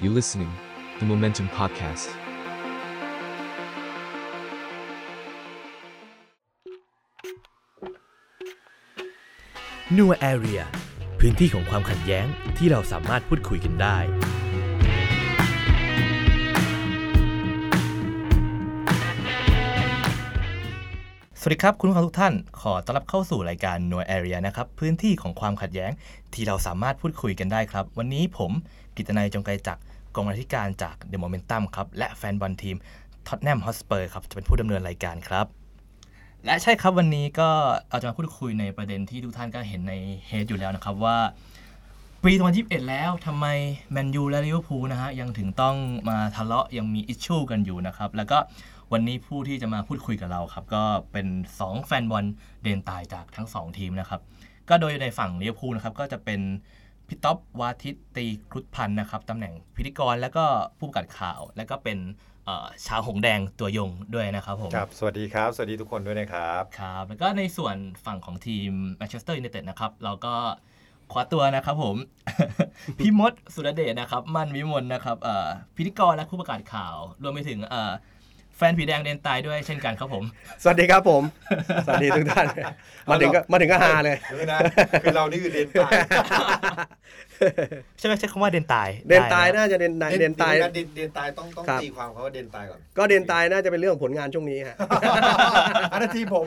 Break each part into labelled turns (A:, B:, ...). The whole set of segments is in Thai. A: You listening, the Momentum Podcast.
B: นัวแอเรียพื้นที่ของความขัดแย้งที่เราสามารถพูดคุยกันได้ สวัสดีครับคุณผู้ฟังทุกท่าน ขอต้อนรับเข้าสู่รายการนัวแอเรียนะครับ พื้นที่ของความขัดแย้งที่เราสามารถพูดคุยกันได้ครับ วันนี้ผมกิตนายจงไกรจักรกองบรรณาธิการจากเดอะโมเมนตัมครับ และแฟนบอลทีมท็อตแนมฮอสเปอร์ครับจะเป็นผู้ดำเนินรายการครับ และใช่ครับวันนี้ก็เราจะมาพูดคุยในประเด็นที่ทุกท่านก็เห็นในเฮดอยู่แล้วนะครับว่า ปี 2021 แล้วทำไมแมนยูและลิเวอร์พูลนะฮะ ยังถึงต้องมาทะเลาะยังมีอิชชูกันอยู่นะครับ แล้วก็วันนี้ผู้ที่จะมาพูดคุยกับเราครับ ก็เป็น 2 แฟนบอลเดนตายจากทั้ง 2 ทีมนะครับ ก็โดยในฝั่งลิเวอร์พูลนะครับ ก็จะเป็นพี่ท็อปวาทิตตีครุฑพันธ์นะครับตำแหน่งพิธีกรแล้วก็ผู้ประกาศข่าว แล้วก็เป็นเอ่อชาวหงแดงตัวยงด้วยนะครับผม
C: ครับ สวัสดีครับ สวัสดีทุกคนด้วยนะครับ
B: ครับแล้วก็ในส่วนฝั่งของทีมแมนเชสเตอร์ยูไนเต็ดนะครับ เราก็คว้าตัวนะครับผม พี่มดสุรเดชนะครับ มั่นวิมลนะครับเอ่อพิธีกรและผู้ประกาศข่าว รวมไปถึงเอ่อแฟนผีแดงเดนตายด้วยเช่นกันครับผม
D: สวัสดีครับผม สวัสดีทุก ท่าน มาถึงก็มาถึงก็ฮาเลย
C: เดี๋ ยวนะ คือเรานี่คือเดนตาย
B: ใช่ไหมใช้คำว่าเดนตาย
D: เดนตาย
B: ได้ะ
D: น่าจะเดนตายเดนตาย
C: ดี๋วะเดนเดนตายต้องต้อง
D: ครับ
C: ตีความเขาว่าเดน ตายก่อน
D: ก็เดนตายน่าจะเป็นเรื่องของผลงานช่วงนี้ฮ ะ
C: อันนั้นทีมผม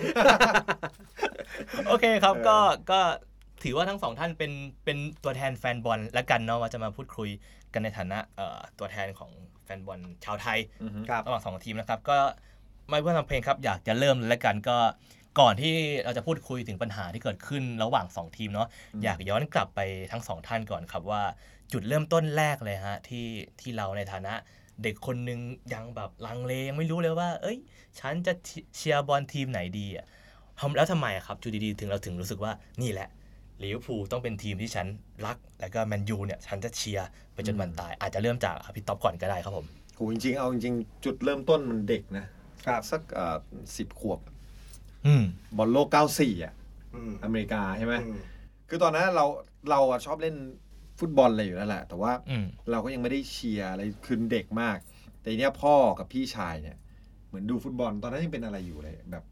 B: โอเคครับ
C: เออ
B: ก็ก็ถือว่าทั้งสองท่านเป็นเป็นตัวแทนแฟนบอลละกันเนาะว่าจะมาพูดคุยกันในฐานะเอ่อตัวแทนของแฟนบอลชาวไทย
D: ครับ
B: หว่างสองทีมนะครับ ก็ไม่เพื่อทำเพลงครับ อยากจะเริ่มเลยละกันก็ก่อนที่เราจะพูดคุยถึงปัญหาที่เกิดขึ้นระหว่างสองทีมเนาะอยากย้อนกลับไปทั้งสองท่านก่อนครับว่าจุดเริ่มต้นแรกเลยฮะที่ที่เราในฐานะเด็กคนหนึงยังแบบลังเลยังไม่รู้เลยว่า เอ้ย ฉันจะเชียร์บอลทีมไหนดีอ่ะ ทำแล้วทำไมอะครับจูดีๆถึงเราถึงรู้สึกว่านี่แหละลิเวอร์พูลต้องเป็นทีมที่ฉันรัก แล้วก็แมนยูเนี่ย ฉันจะเชียร์ไปจนวันตาย อาจจะเริ่มจากอ่ะพี่ท็อปก่อนก็ได้ครับผม
C: โหจริงๆ เอาจริงๆ จุดเริ่มต้นมันเด็กนะ
D: ครับ
C: สักสิบขวบ
B: อืม
C: บอลโลก 94 อ่ะ อเมริกาใช่ไหม คือตอนนั้นเราเราอะชอบเล่นฟุตบอลอะไรอยู่แล้วแหละ แต่ว่า
B: อืม
C: เราก็ยังไม่ได้เชียร์อะไรคือเด็กมาก แต่ทีเนี้ยพ่อกับพี่ชายเนี่ย เหมือนดูฟุตบอล ตอนนั้นยังเป็นอะไรอยู่เลย แบบ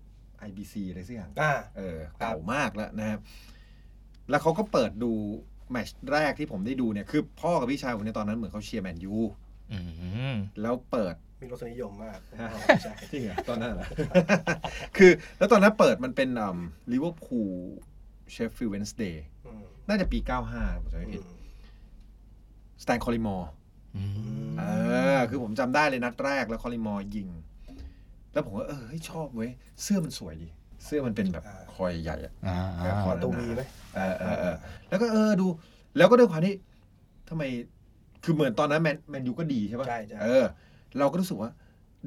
C: IBC อะไรสักอย่าง
D: อ่า
C: เออ
D: ครับ
C: เก่ามากแล้วนะครับ แล้วเขาก็เปิดดูแมตช์แรกที่ผมได้ดูเนี่ยคือพ่อกับพี่ชายผมในยตอนนั้นเหมือนเขาเชียร์แมนยู
B: อืม
C: แล้วเปิด
D: มีรสนิยมม าก
C: ฮะ จริงเหรอตอนนั้นเหรอ คือแล้วตอนนั้นเปิดมันเป็นลิเวอร์พูลเชฟฟิลด์เวนส์เดย์น่าจะปี 95ผมจำไม่ผิดสแตนคอลิมอร์
B: อืม
C: เออ คือผมจำได้เลยนัดแรกแล้วคอลิมอร์ยิง แล้วผมก็เออเฮ้ยชอบเว้ย เสื้อมันสวยดี เสื้อมันเป็นแบบ
D: อ่า
C: คอยใหญ่ๆอะ
B: อ่า
C: อ่า
D: ขอ ตัววีไหม
C: เออเออเออแล้วก็เออดู แล้วก็ด้วยความที่ทำไมคือเหมือนตอนนั้นแมนแมนยูก็ดีใช่ปะ
D: ใช่ใช่
C: เออ เราก็รู้สึกว่า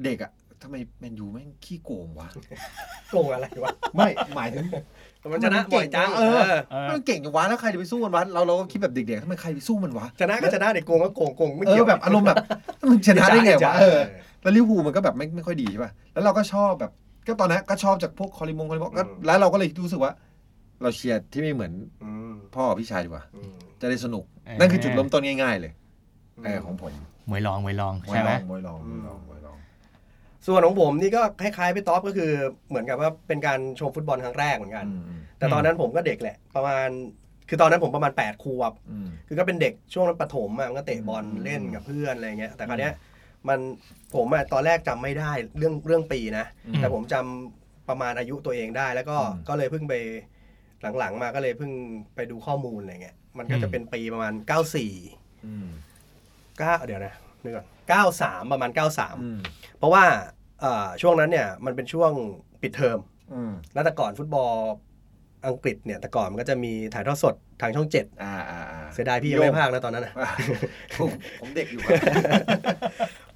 C: เด็กอะทำไมแมนยูแม่งขี้โกงวะ
D: โกงอะไรวะ
C: ไม่หมายถึง
D: มันชนะ
C: มันเก่ง
D: บ่อยจัง
C: เออ
D: เออ
C: มันเก่งจังวะแล้วใครจะไปสู้มันวะเราเราก็คิดแบบเด็กๆทำไมใครไปสู้มันวะ
D: ชนะก็ชนะเด็กโกงก็โกงโกงไม่
C: เอ
D: เกี่ย
C: อ
D: ว
C: แบบอารมณ์แบบ มึงชนะได้ไง
D: จ๊
C: วะเออแล้วลิเวอร์พูลมันก็แบบไม่ไม่ค่อยดีใช่ป่ะแล้วเราก็ชอบแบบ ก็ตอนนั้นก็ชอบจากพวกคอลิมงคอลิมงก็แล้วเราก็เลยรู้สึกว่า เราเชียร์ที่ไม่เหมือน
D: อืม
C: พ่อกับพี่ชายดีกว่า
D: อืม
C: จะได้สนุก นั่นคือจุดเริ่มต้นง่ายๆเลย เออของผม
B: มวยลองมวยลอง
C: มวย
B: ใช่ไห
C: ล
B: ม
C: องมวยลองมวยลองมวยลอง
D: ส่วนของผมนี่ก็คล้ายๆพี่ท็อปก็คือเหมือนกับว่าเป็นการชมฟุตบอลครั้งแรกเหมือนกัน แต่ตอนนั้นผมก็เด็กแหละ ประมาณ คือตอนนั้นผมประมาณ8ขวบ คือก็เป็นเด็กช่วงประถมอะมันก็เตะบอล
C: อืม
D: เล่นกับเพื่อนอะไรเงี้ยแต่คราว
C: อืม
D: เนี้ยมันผมอะตอนแรกจำไม่ได้เรื่องเรื่องปีนะ
C: อืม
D: แต่ผมจำประมาณอายุตัวเองได้ แล้วก็
C: อืม
D: ก็เลยเพิ่งไปหลังๆมาก็เลยเพิ่งไปดูข้อมูลอะไรเงี้ยมันก็จะเป็นปีประมาณ 94 9เดี๋ยวนะนึกก่อน93 ประมาณ 93 เพราะว่าเอ่อช่วงนั้นเนี่ยมันเป็นช่วงปิดเทอม แล้วแต่ก่อนฟุตบอลอังกฤษเนี่ยแต่ก่อนมันก็จะมีถ่ายทอดสดทางช่องเจ็ด
C: อ่าอ่าอ่า
D: เสียดายพี่ยังไม่พากย์นะตอนนั้นนะ
C: ผมเด็ก อยู่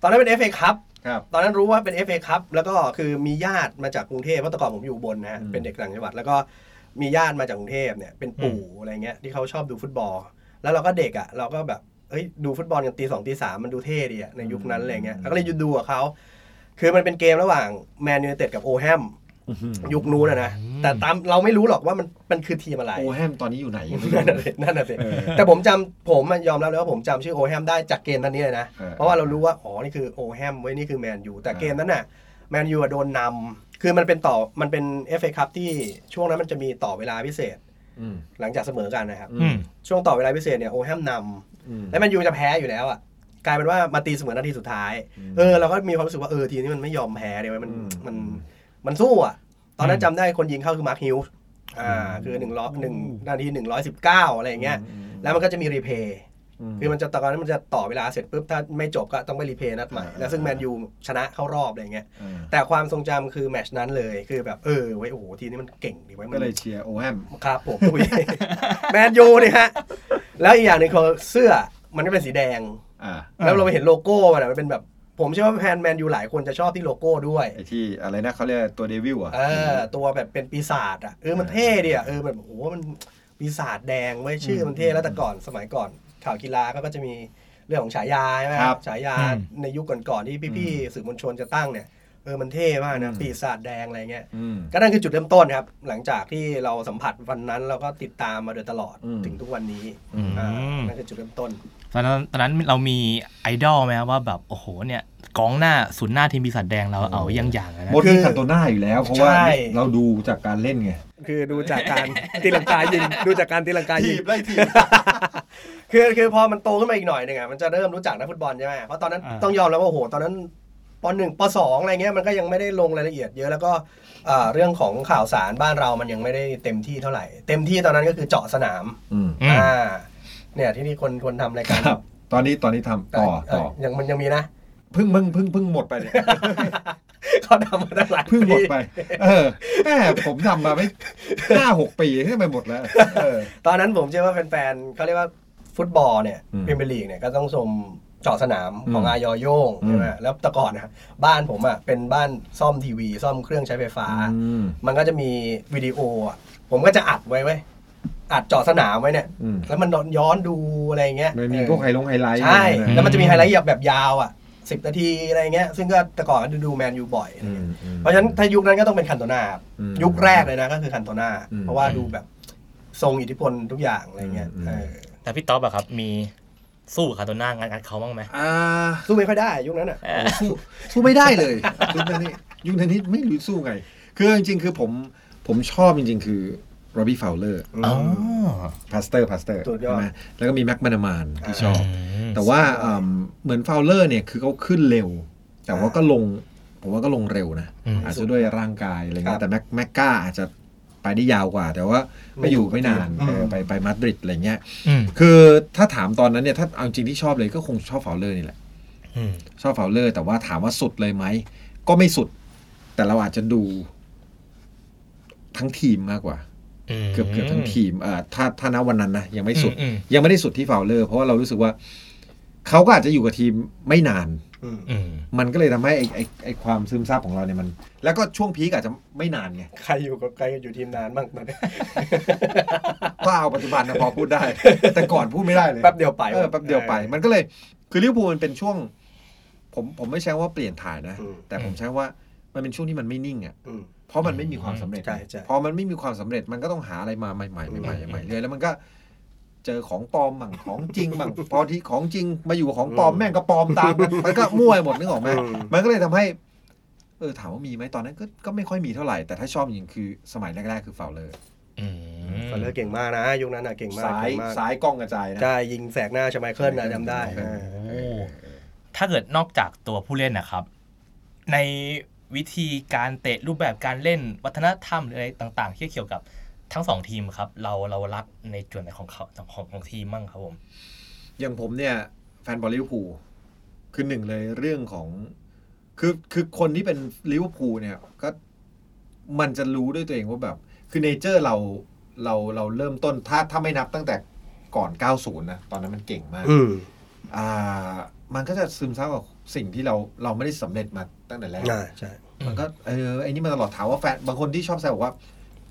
D: ตอนนั้นเป็น FA ครับ
C: ครับ
D: ตอนนั้นรู้ว่าเป็น FA ครับแล้วก็คือมีญาติมาจากกรุงเทพเพราะแต่ก่อนผมอยู่อุบนนะฮะ
C: อืม
D: เป็นเด็กต่างจังหวัด แล้วก็มีญาติมาจากกรุงเทพเนี่ยเป็นปู่อะไรเงี้ยที่เขาชอบดูฟุตบอล แล้วเราก็เด็กอ่ะเราก็แบบเฮ้ยดูฟุตบอลกันตีสองตีสามมันดูเท่ดีอ่ะในยุคนั้นอะไรเงี้ยแล้วก็เลยหยุดดูกับเขาคือมันเป็นเกมระหว่างแมนยูไนเต็ดกับโอแฮม ยุคนู้นอะนะ
B: อืม
D: แต่ตามเราไม่รู้หรอกว่ามันมันคือทีมอะไร
C: โอแฮมตอนนี้อยู่ไหนยังไม่รู้
D: นั่นน่ะ สินั่นน่ะสิ
C: เออ
D: แต่ผมจำผมอะยอมรับเลยว่าผมจำชื่อโอแฮมได้จากเกมนั้นนี้เลยนะ
C: เออ
D: เพราะว่าเรารู้ว่า อ๋อ นี่คือโอแฮมเว้ยนี่คือแมนยูแต่
C: เออ
D: เกมนั้นน่ะแมนยูอะโดนนำคือมันเป็นต่อมันเป็น FA คัพที่ช่วงนั้นมันจะมีต่อเวลาพิเศษ
C: อืม
D: หลังจากเสมอกันนะครับ
B: อืม
D: ช่วงต่อเวลาพิเศษเนี่ยโอแฮมนำ
C: อืม
D: และแมนยูจะแพ้อยู่แล้วอ่ะกลายเป็นว่ามาตีเสมอนาทีสุดท้าย
C: อืม
D: เออเราก็มีความรู้สึกว่าเออทีมนี้มันไม่ยอมแพ้เลยเว้ยมัน
C: อืม
D: มันมันสู้อ่ะ ตอนนั้น
B: อืม
D: จำได้คนยิงเข้าคือมาร์คฮิลส์อ่าคือหนึ่งร้อยหนึ่งนาทีหนึ่งร้อยสิบเก้าอะไรอย่างเงี้ย แล้วมันก็จะมีรีเพย์ คือมันจะตอนนั้นมันจะต่อเวลาเสร็จปุ๊บ ถ้าไม่จบก็ต้องไปรีเพย์นัดใหม่
C: อ่า
D: แล้วซึ่งแมนยูชนะเข้ารอบอะไรอย่างเงี้ย
C: เออ
D: แต่ความทรงจำคือแมตชนั้นเลย คือแบบเออไว้ยโอ้โหทีมนี้มันเก่งดีไว้ยมั
C: ก็
D: น
C: เลยเชียร์โอแฮม
D: ครับผม ทุย แมนยูเนี่ยฮะ แล้วอีกอย่างหนึ่งคือเสื้อมันก็เป็นสีแดง
C: อ่า
D: แล้วเราไปเห็นโลโก้มันอะมันเป็นแบบ ผมเชื่อว่าแฟนแมนยูหลายคนจะชอบที่โลโก้ด้วย
C: ไอที่อะไรนะเขาเรียกตัวเดวิลอ่ะ
D: เออตัวแบบเป็นปีศาจอ่ะเออมันเท่ดีอ่ะเออแบบโอ้โหมันปีศาจแดงเว้ยชื่อมันเท่แล้วแต่ก่อนสมัยก่อนข่าวกีฬาก็จะมีเรื่องของฉายาใช่ไหมค
C: ครั
D: รับบ ฉายา
B: อืม
D: ในยุคก่อนๆที่พี่ๆสื่อมวลชนจะตั้งเนี่ยเออมันเท่มากนะ
C: อืม
D: ปีศาจแดงอะไรเงี้ย
C: อืม
D: ก็นั่นคือจุดเริ่มต้นครับ หลังจากที่เราสัมผัสวันนั้นเราก็ติดตามมาโดยตลอด
C: อืม
D: ถึงทุกวันนี้
B: อื
D: อ่าม นั่นคือจุดเริ่มต้น
B: ตอนนั้นตอนนั้นเรามีไอดอลไหมครับว่าแบบโอ้โหเนี่ยกองหน้าศูนย์หน้าทีมปีศาจแดงเราเอายังอย่างอะนะ
C: มดมีคันโตน่าอยู่แล้ว เพราะว่า
D: ใช่
C: เราดูจากการเล่นไง
D: คือดูจาก การ ตีลังกายิงดูจากการตีลังกายิ
C: ที
D: ง
C: บไล่ทีบ
D: คือคือพอมันโตขึ้นมาอีกหน่อยหนึ่งอ่ะมันจะเริ่มรู้จักนักฟุตบอลใช่ไหมเพราะตอนนั้น
B: อ่า
D: ต้องยอมแล้วว่าโอ้โหตอนนั้นปหนึ่งปสองอะไรเงี้ยมันก็ยังไม่ได้ลงรายละเอียดเยอะแล้วก็เอ่อเรื่องของข่าวสารบ้านเรามันยังไม่ได้เต็มที่เท่าไหร่ เต็มที่ตอนนั้นก็คือเจาะสนาม
B: อืม
D: อ่าเนี่ยที่นี่คนคนทำรายการ
C: ครับ ตอนนี้ตอนนี้ทำต่อ
D: เอ่
C: ต่อ
D: อยังมันยังมีนะ
C: เพิ่งเพิ่งเพิ่งเพิ่งหมดไปเนี่ย
D: เขาทำมาตั้งหลาย
C: เพิ่งหมด
D: ปี
C: ไป เออแหมผมทำมาไม่ห้าหกปีทำไมหมดแล้ว เออ
D: ตอนนั้นผมเชื่อว่าแฟนๆเขาเรียกว่าฟุตบอลเนี่ย
C: อืม
D: พรีเมียร์ลีกเนี่ยก็ต้องชมเจาะสนามของ
C: อืม
D: อายอโย่งใช่ไหม
C: อืม
D: แล้วแต่ก่อนนะบ้านผมอ่ะเป็นบ้านซ่อมทีวี ซ่อมเครื่องใช้ไฟฟ้า
C: อืม
D: มันก็จะมีวิดีโออ่ะ ผมก็จะอัดไว้เว้ยอัดเจอสนามไว้เนี่ย
C: อืม
D: แล้วมันย้อนดูอะไรอย่างเงี้ย
C: มันมี
D: เออ
C: พวกไฮลงไฮไลท์
D: ใช่
C: อะไร
D: แล้ว
C: นะ
D: มันจะมีไฮไลท์แบบยาวอ่ะสิบนาทีอะไรอย่างเงี้ยซึ่งก็แต่ก่อนก็ดูแมนยูบ่อยอะไร
C: อื
D: เงี้
C: ม
D: ย
C: อืม
D: เพราะฉะนั้นถ้ายุคนั้นก็ต้องเป็นคันโตนาครับ
C: อืม
D: ยุคแรกเลยนะก็คือคันโตนา
C: อืม
D: เพราะว่าดูแบบทรงอิทธิพลทุกอย่างอะไรเงี้ย
C: อืม
D: เออ
B: แต่พี่ต๊อบอะครับมีสู้กับคาโตน่างัดงัดเขาบ้างไหม
C: อ่า
D: สู้ไม่ค่อยได้ยุคนั้นอ่ะ
C: สู้สู้ไม่ได้เลยยุคนั้นนี่ยุคนั้นนี่ไม่รู้สู้ไง คือจริงๆคือผมผมชอบจริง ๆ คือโรบี้ฟาวเลอร์
B: อ๋อ
C: พาสเตอร์พาสเตอร์
D: สุดยอด
C: ใช่ไหมแล้วก็มีแม็กมานามานที่ชอบ
B: ม
C: แต่ว่าเอิ่มเหมือนฟาวเลอร์เนี่ยคือเขาขึ้นเร็ว แต่ว่าก็ลง ผมว่าก็ลงเร็วนะ
B: อืม
C: อาจจะด้วยร่างกายอะไร
D: ครั
C: เงี้
D: บ
C: ยแต่แม็กแม็กก้าอาจจะไปได้ยาวกว่า แต่ว่าไม่อยู่ไม่นาน
D: อืม
C: เออไปไปมาดริดอะไรเงี้ย
B: อืม
C: คือถ้าถามตอนนั้นเนี่ย ถ้าเอาจริงที่ชอบเลยก็คงชอบฟาวเลอร์นี่แหละ
B: อืม
C: ชอบฟาวเลอร์แต่ว่าถามว่าสุดเลยไหม ก็ไม่สุด แต่เราอาจจะดู ทั้งทีมมากกว่า เกือบเกือบทั้งทีมเอ่อถ้าถ้าณวันนั้นนะยังไม่สุด
B: อืมอืม
C: ยังไม่ได้สุดที่ฟาวเลอร์ เพราะว่าเรารู้สึกว่า เขาก็อาจจะอยู่กับทีมไม่นาน
D: อืม
B: อืม
C: มันก็เลยทำให้ไอไอไอความซึมซาบของเราเนี่ยมัน แล้วก็ช่วงพีกอาจจะไม่นานไง
D: ใครอยู่กับใครอยู่ทีมนานบ้างตอนเนี้ย
C: ก็เอาปัจจุบันนะพอพูดได้ แต่ก่อนพูดไม่ได้เลย
D: แป๊บเดียวไป
C: เออแป๊บเดียวไป มันก็เลย คือลิเวอร์พูลมันเป็นช่วง ผมผมไม่ใช้ว่าเปลี่ยนถ่ายนะ
D: อืม
C: แต่ผมใช้ว่ามันเป็นช่วงที่มันไม่นิ่งอ่ะ
D: อืม
C: เพราะมันไม่มีความสำเร็จ
D: ใช่ใช่
C: พอมันไม่มีความสำเร็จมันก็ต้องหาอะไรมาใหม่ๆ
D: อืม
C: ใหม่ๆใหม่ๆเรื่อยแล้วมันก็เจอของปลอมมั่งของจริงมั่ง พอที่ของจริงมาอยู่กับของปลอม
D: อืม
C: แม่งก็ปลอมตาม กันมันก็มั่วไปหมดนึกออกไหม
D: อืม
C: มันก็เลยทำให้เออถามว่ามีไหมตอนนั้นก็ก็ไม่ค่อยมีเท่าไหร่แต่ถ้าชอบจริงคือสมัยแรกๆคือฟาวเลอร์
B: อืม
D: ฟาเลอร์เก่งมากนะยุคนั้นน่ะเก่งมาก
C: สาย
D: เก่งมาก
C: สายกล้องกระจายนะ
D: ใช่ยิงแสกหน้าชไมเคิลนะจำได้
C: ใช่
D: เออ
B: โอ้ถ้าเกิดนอกจากตัวผู้เล่นนะครับ ในวิธีการเตะรูปแบบการเล่นวัฒนธรรมหรืออะไรต่างๆที่เกี่ยวกับทั้งสองทีมครับ เราเรารักในจุดไหนของเขาของของทีมมั่งครับผม
C: อย่างผมเนี่ย แฟนบอลลิเวอร์พูลคือหนึ่งเลยเรื่องของ คือคือคนที่เป็นลิเวอร์พูลเนี่ย ก็มันจะรู้ด้วยตัวเองว่าแบบ คือเนเจอร์เราเราเราเริ่มต้นถ้าถ้าไม่นับตั้งแต่ก่อน 90 นะ ตอนนั้นมันเก่งมาก
D: อืม
C: อ่า มันก็จะซึมซับกับสิ่งที่เราเราไม่ได้สำเร็จมาตั้งแต่แรก
D: อ่าใช่
C: มันก็เออไอ้นี่มาตลอดถามว่าแฟนบางคนที่ชอบแซวบอกว่า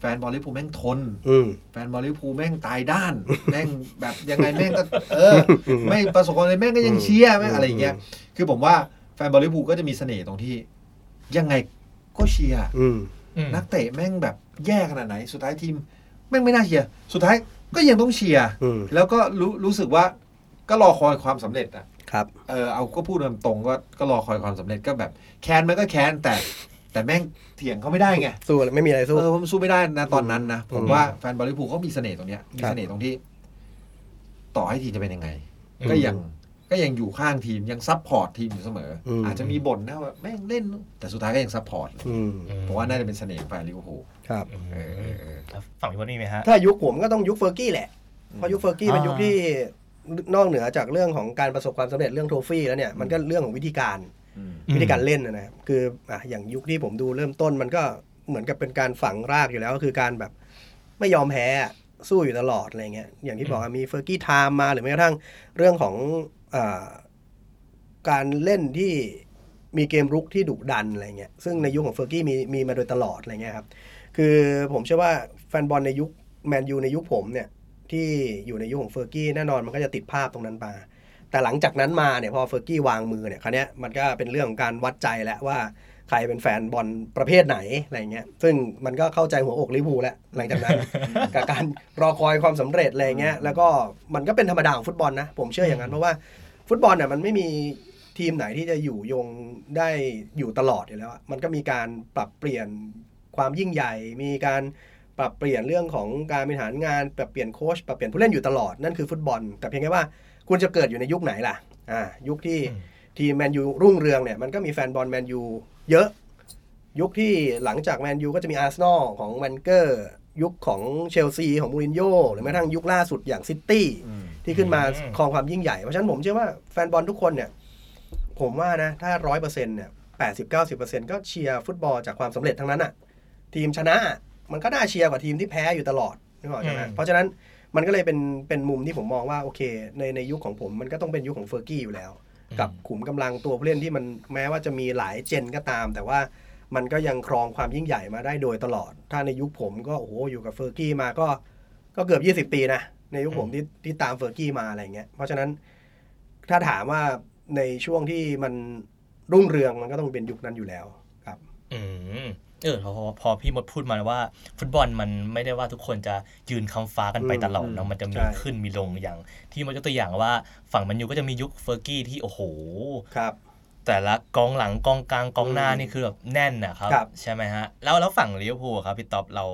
C: แฟนบอลลิเวอร์พูลแม่งทน
D: อืม
C: แฟนบอลลิเวอร์พูลแม่งตายด้าน แม่งแบบยังไงแม่งก็ เออ ไม่ประสบความสำเร็จแม่งก็ยังเชียร์แม่งอะไรอย่างเงี้ยคือผมว่าแฟนบอลลิเวอร์พูลก็จะมีเสน่ห์ตรงที่ ยังไงก็เชียร์
D: อืม
B: อืม
C: นักเตะแม่งแบบแย่ขนาดไหน สุดท้ายทีมแม่งไม่น่าเชียร์ สุดท้ายก็ยังต้องเชียร์
D: อืม
C: แล้วก็รู้รู้สึกว่าก็รอคอยความสำเร็จอ่ะ
D: ครับ
C: เออเอาก็พูดตามตรงก็ก็รอคอยความสำเร็จก็แบบแค้นมันก็แค้นแต่ แต่แม่งเถียงเขาไม่ได้ไง
D: สู้เลยไม่มีอะไรสู้
C: เออผมสู้ไม่ได้นะตอนนั้นนะ ผม
D: อืม
C: ว่าแฟนบอลลิเวอร์พูลเขามีเสน่ห์ตรงเนี้ยมี
D: ครับ
C: เสน่ห์ตรงที่ ต่อให้ทีมจะเป็นยังไง
B: อืม
C: ก็ยังก็ยังอยู่ข้างทีมยังซัพพอร์ตทีมอยู่เสมออ
D: ม
C: อาจจะมีบ่นนะว่าแม่งเล่น แต่สุดท้ายก็ยังซัพพอร์ต
D: อืม
C: ผมว่าน่าจะเป็นเสน่ห์ของแฟนลิเวอร์พูล
D: ครับ
C: เออเออเออ
B: แล้วฝั่งพี่พจน์มีไหมฮะ
D: ถ้ายุคผมก็ต้องยุคเฟอร์กี้แหละ เพราะยุคเฟอร์กี้
B: อ่า
D: เป็นยุคที่นอกเหนือจากเรื่องของการประสบความสำเร็จเรื่องโทรฟี่แล้วเนี่ยมันก็เรื่องของวิธีการ
C: อืม
B: อืม
D: วิธีการเล่นนะนะครับคืออ่ะอย่างยุคที่ผมดูเริ่มต้นมันก็เหมือนกับเป็นการฝังรากอยู่แล้วก็คือการแบบไม่ยอมแพ้อะสู้อยู่ตลอดอะไรเงี้ยอย่างที่บอกอะมีเฟอร์กี้ไทม์มาหรือแม้กระทั่งเรื่องของอาการเล่นที่มีเกมรุกที่ดุดันอะไรเงี้ยซึ่งในยุคของเฟอร์กี้มีมีมาโดยตลอดอะไรเงี้ยครับ คือผมเชื่อว่าแฟนบอลในยุคแมนยูในยุคผมเนี่ย ที่อยู่ในยุคของเฟอร์กี้แน่นอนมันก็จะติดภาพตรงนั้นมา แต่หลังจากนั้นมาเนี่ยพอเฟอร์กี้วางมือเนี่ยคราวเนี้ยมันก็เป็นเรื่องของการวัดใจแล้วว่าใครเป็นแฟนบอลประเภทไหนอะไรเงี้ยซึ่งมันก็เข้าใจหัวอกลิเวอร์พูลแล้วหลังจากนั้น กับการรอคอยความสำเร็จอะไรเงี้ยแล้วก็มันก็เป็นธรรมดาของฟุตบอลนะผมเชื่ออย่างนั้นเพราะว่าฟุตบอลเนี่ยมันไม่มีทีมไหนที่จะอยู่ยงได้อยู่ตลอดอยู่แล้วอะมันก็มีการปรับเปลี่ยนความยิ่งใหญ่มีการ ปรับเปลี่ยนเรื่องของการบริหารงานปรับเปลี่ยนโค้ชปรับเปลี่ยนผู้เล่นอยู่ตลอดนั่นคือฟุตบอล แต่เพียงแค่ว่าคุณจะเกิดอยู่ในยุคไหนล่ะอ่ายุคที่
B: อืม
D: ทีมแมนยูรุ่งเรืองเนี่ยมันก็มีแฟนบอลแมนยูเยอะ ยุคที่หลังจากแมนยูก็จะมีอาร์เซนอลของแวนเกอร์ยุคของเชลซีของมูรินโญ่หรือแม้กระทั่งยุคล่าสุดอย่างซิตี้
C: อืม
D: ที่ขึ้นมา
B: อืม
D: ครองความยิ่งใหญ่ เพราะฉะนั้นผมเชื่อว่าแฟนบอลทุกคนเนี่ย ผมว่านะ ถ้าร้อยเปอร์เซ็นต์เนี่ยแปดสิบเก้าสิบเปอร์เซ็นต์ก็เชียร์ฟุตบอลจากความสำเร็จทั้งนั้นอะทีมชนะอะมันก็น่าเชียร์กว่าทีมที่แพ้อยู่ตลอดนึกออกใช่ไหม
B: อืม
D: เพราะฉะนั้นมันก็เลยเป็นเป็นมุมที่ผมมองว่าโอเค ในในยุคของผมมันก็ต้องเป็นยุคของเฟอร์กี้อยู่แล้ว กับขุมกำลังตัวผู้เล่นที่มันแม้ว่าจะมีหลายเจนก็ตาม แต่ว่ามันก็ยังครองความยิ่งใหญ่มาได้โดยตลอด ถ้าในยุคผมก็โอ้โหอยู่กับเฟอร์กี้มาก็ก็เกือบ 20 ปีนะ ในยุคผมที่ที่ตามเฟอร์กี้มาอะไรเงี้ยเพราะฉะนั้นถ้าถามว่าในช่วงที่มันรุ่งเรืองมันก็ต้องเป็นยุคนั้นอยู่แล้วครับ
B: อืมเออพอพอพอพี่มดพูดมาว่า ฟุตบอลมันไม่ได้ว่าทุกคนจะยืนคำฟ้ากันไป
D: อืม
B: ตลอดเนาะมันจะมี
D: ใช่
B: ขึ้นมีลงอย่าง ที่มดยกตัวอย่างว่าฝั่งแมันยูก็จะมียุคเฟอร์กี้ที่โอ้โห
D: ครับ
B: แต่ละกองหลังกองกลางกองหน้านี่คือแบบแน่นนะครับ
D: ครับ
B: ใช่ไหมฮะแล้วแล้วฝั่งลิเวอร์พูลอะครับพี่ต๊อบเรา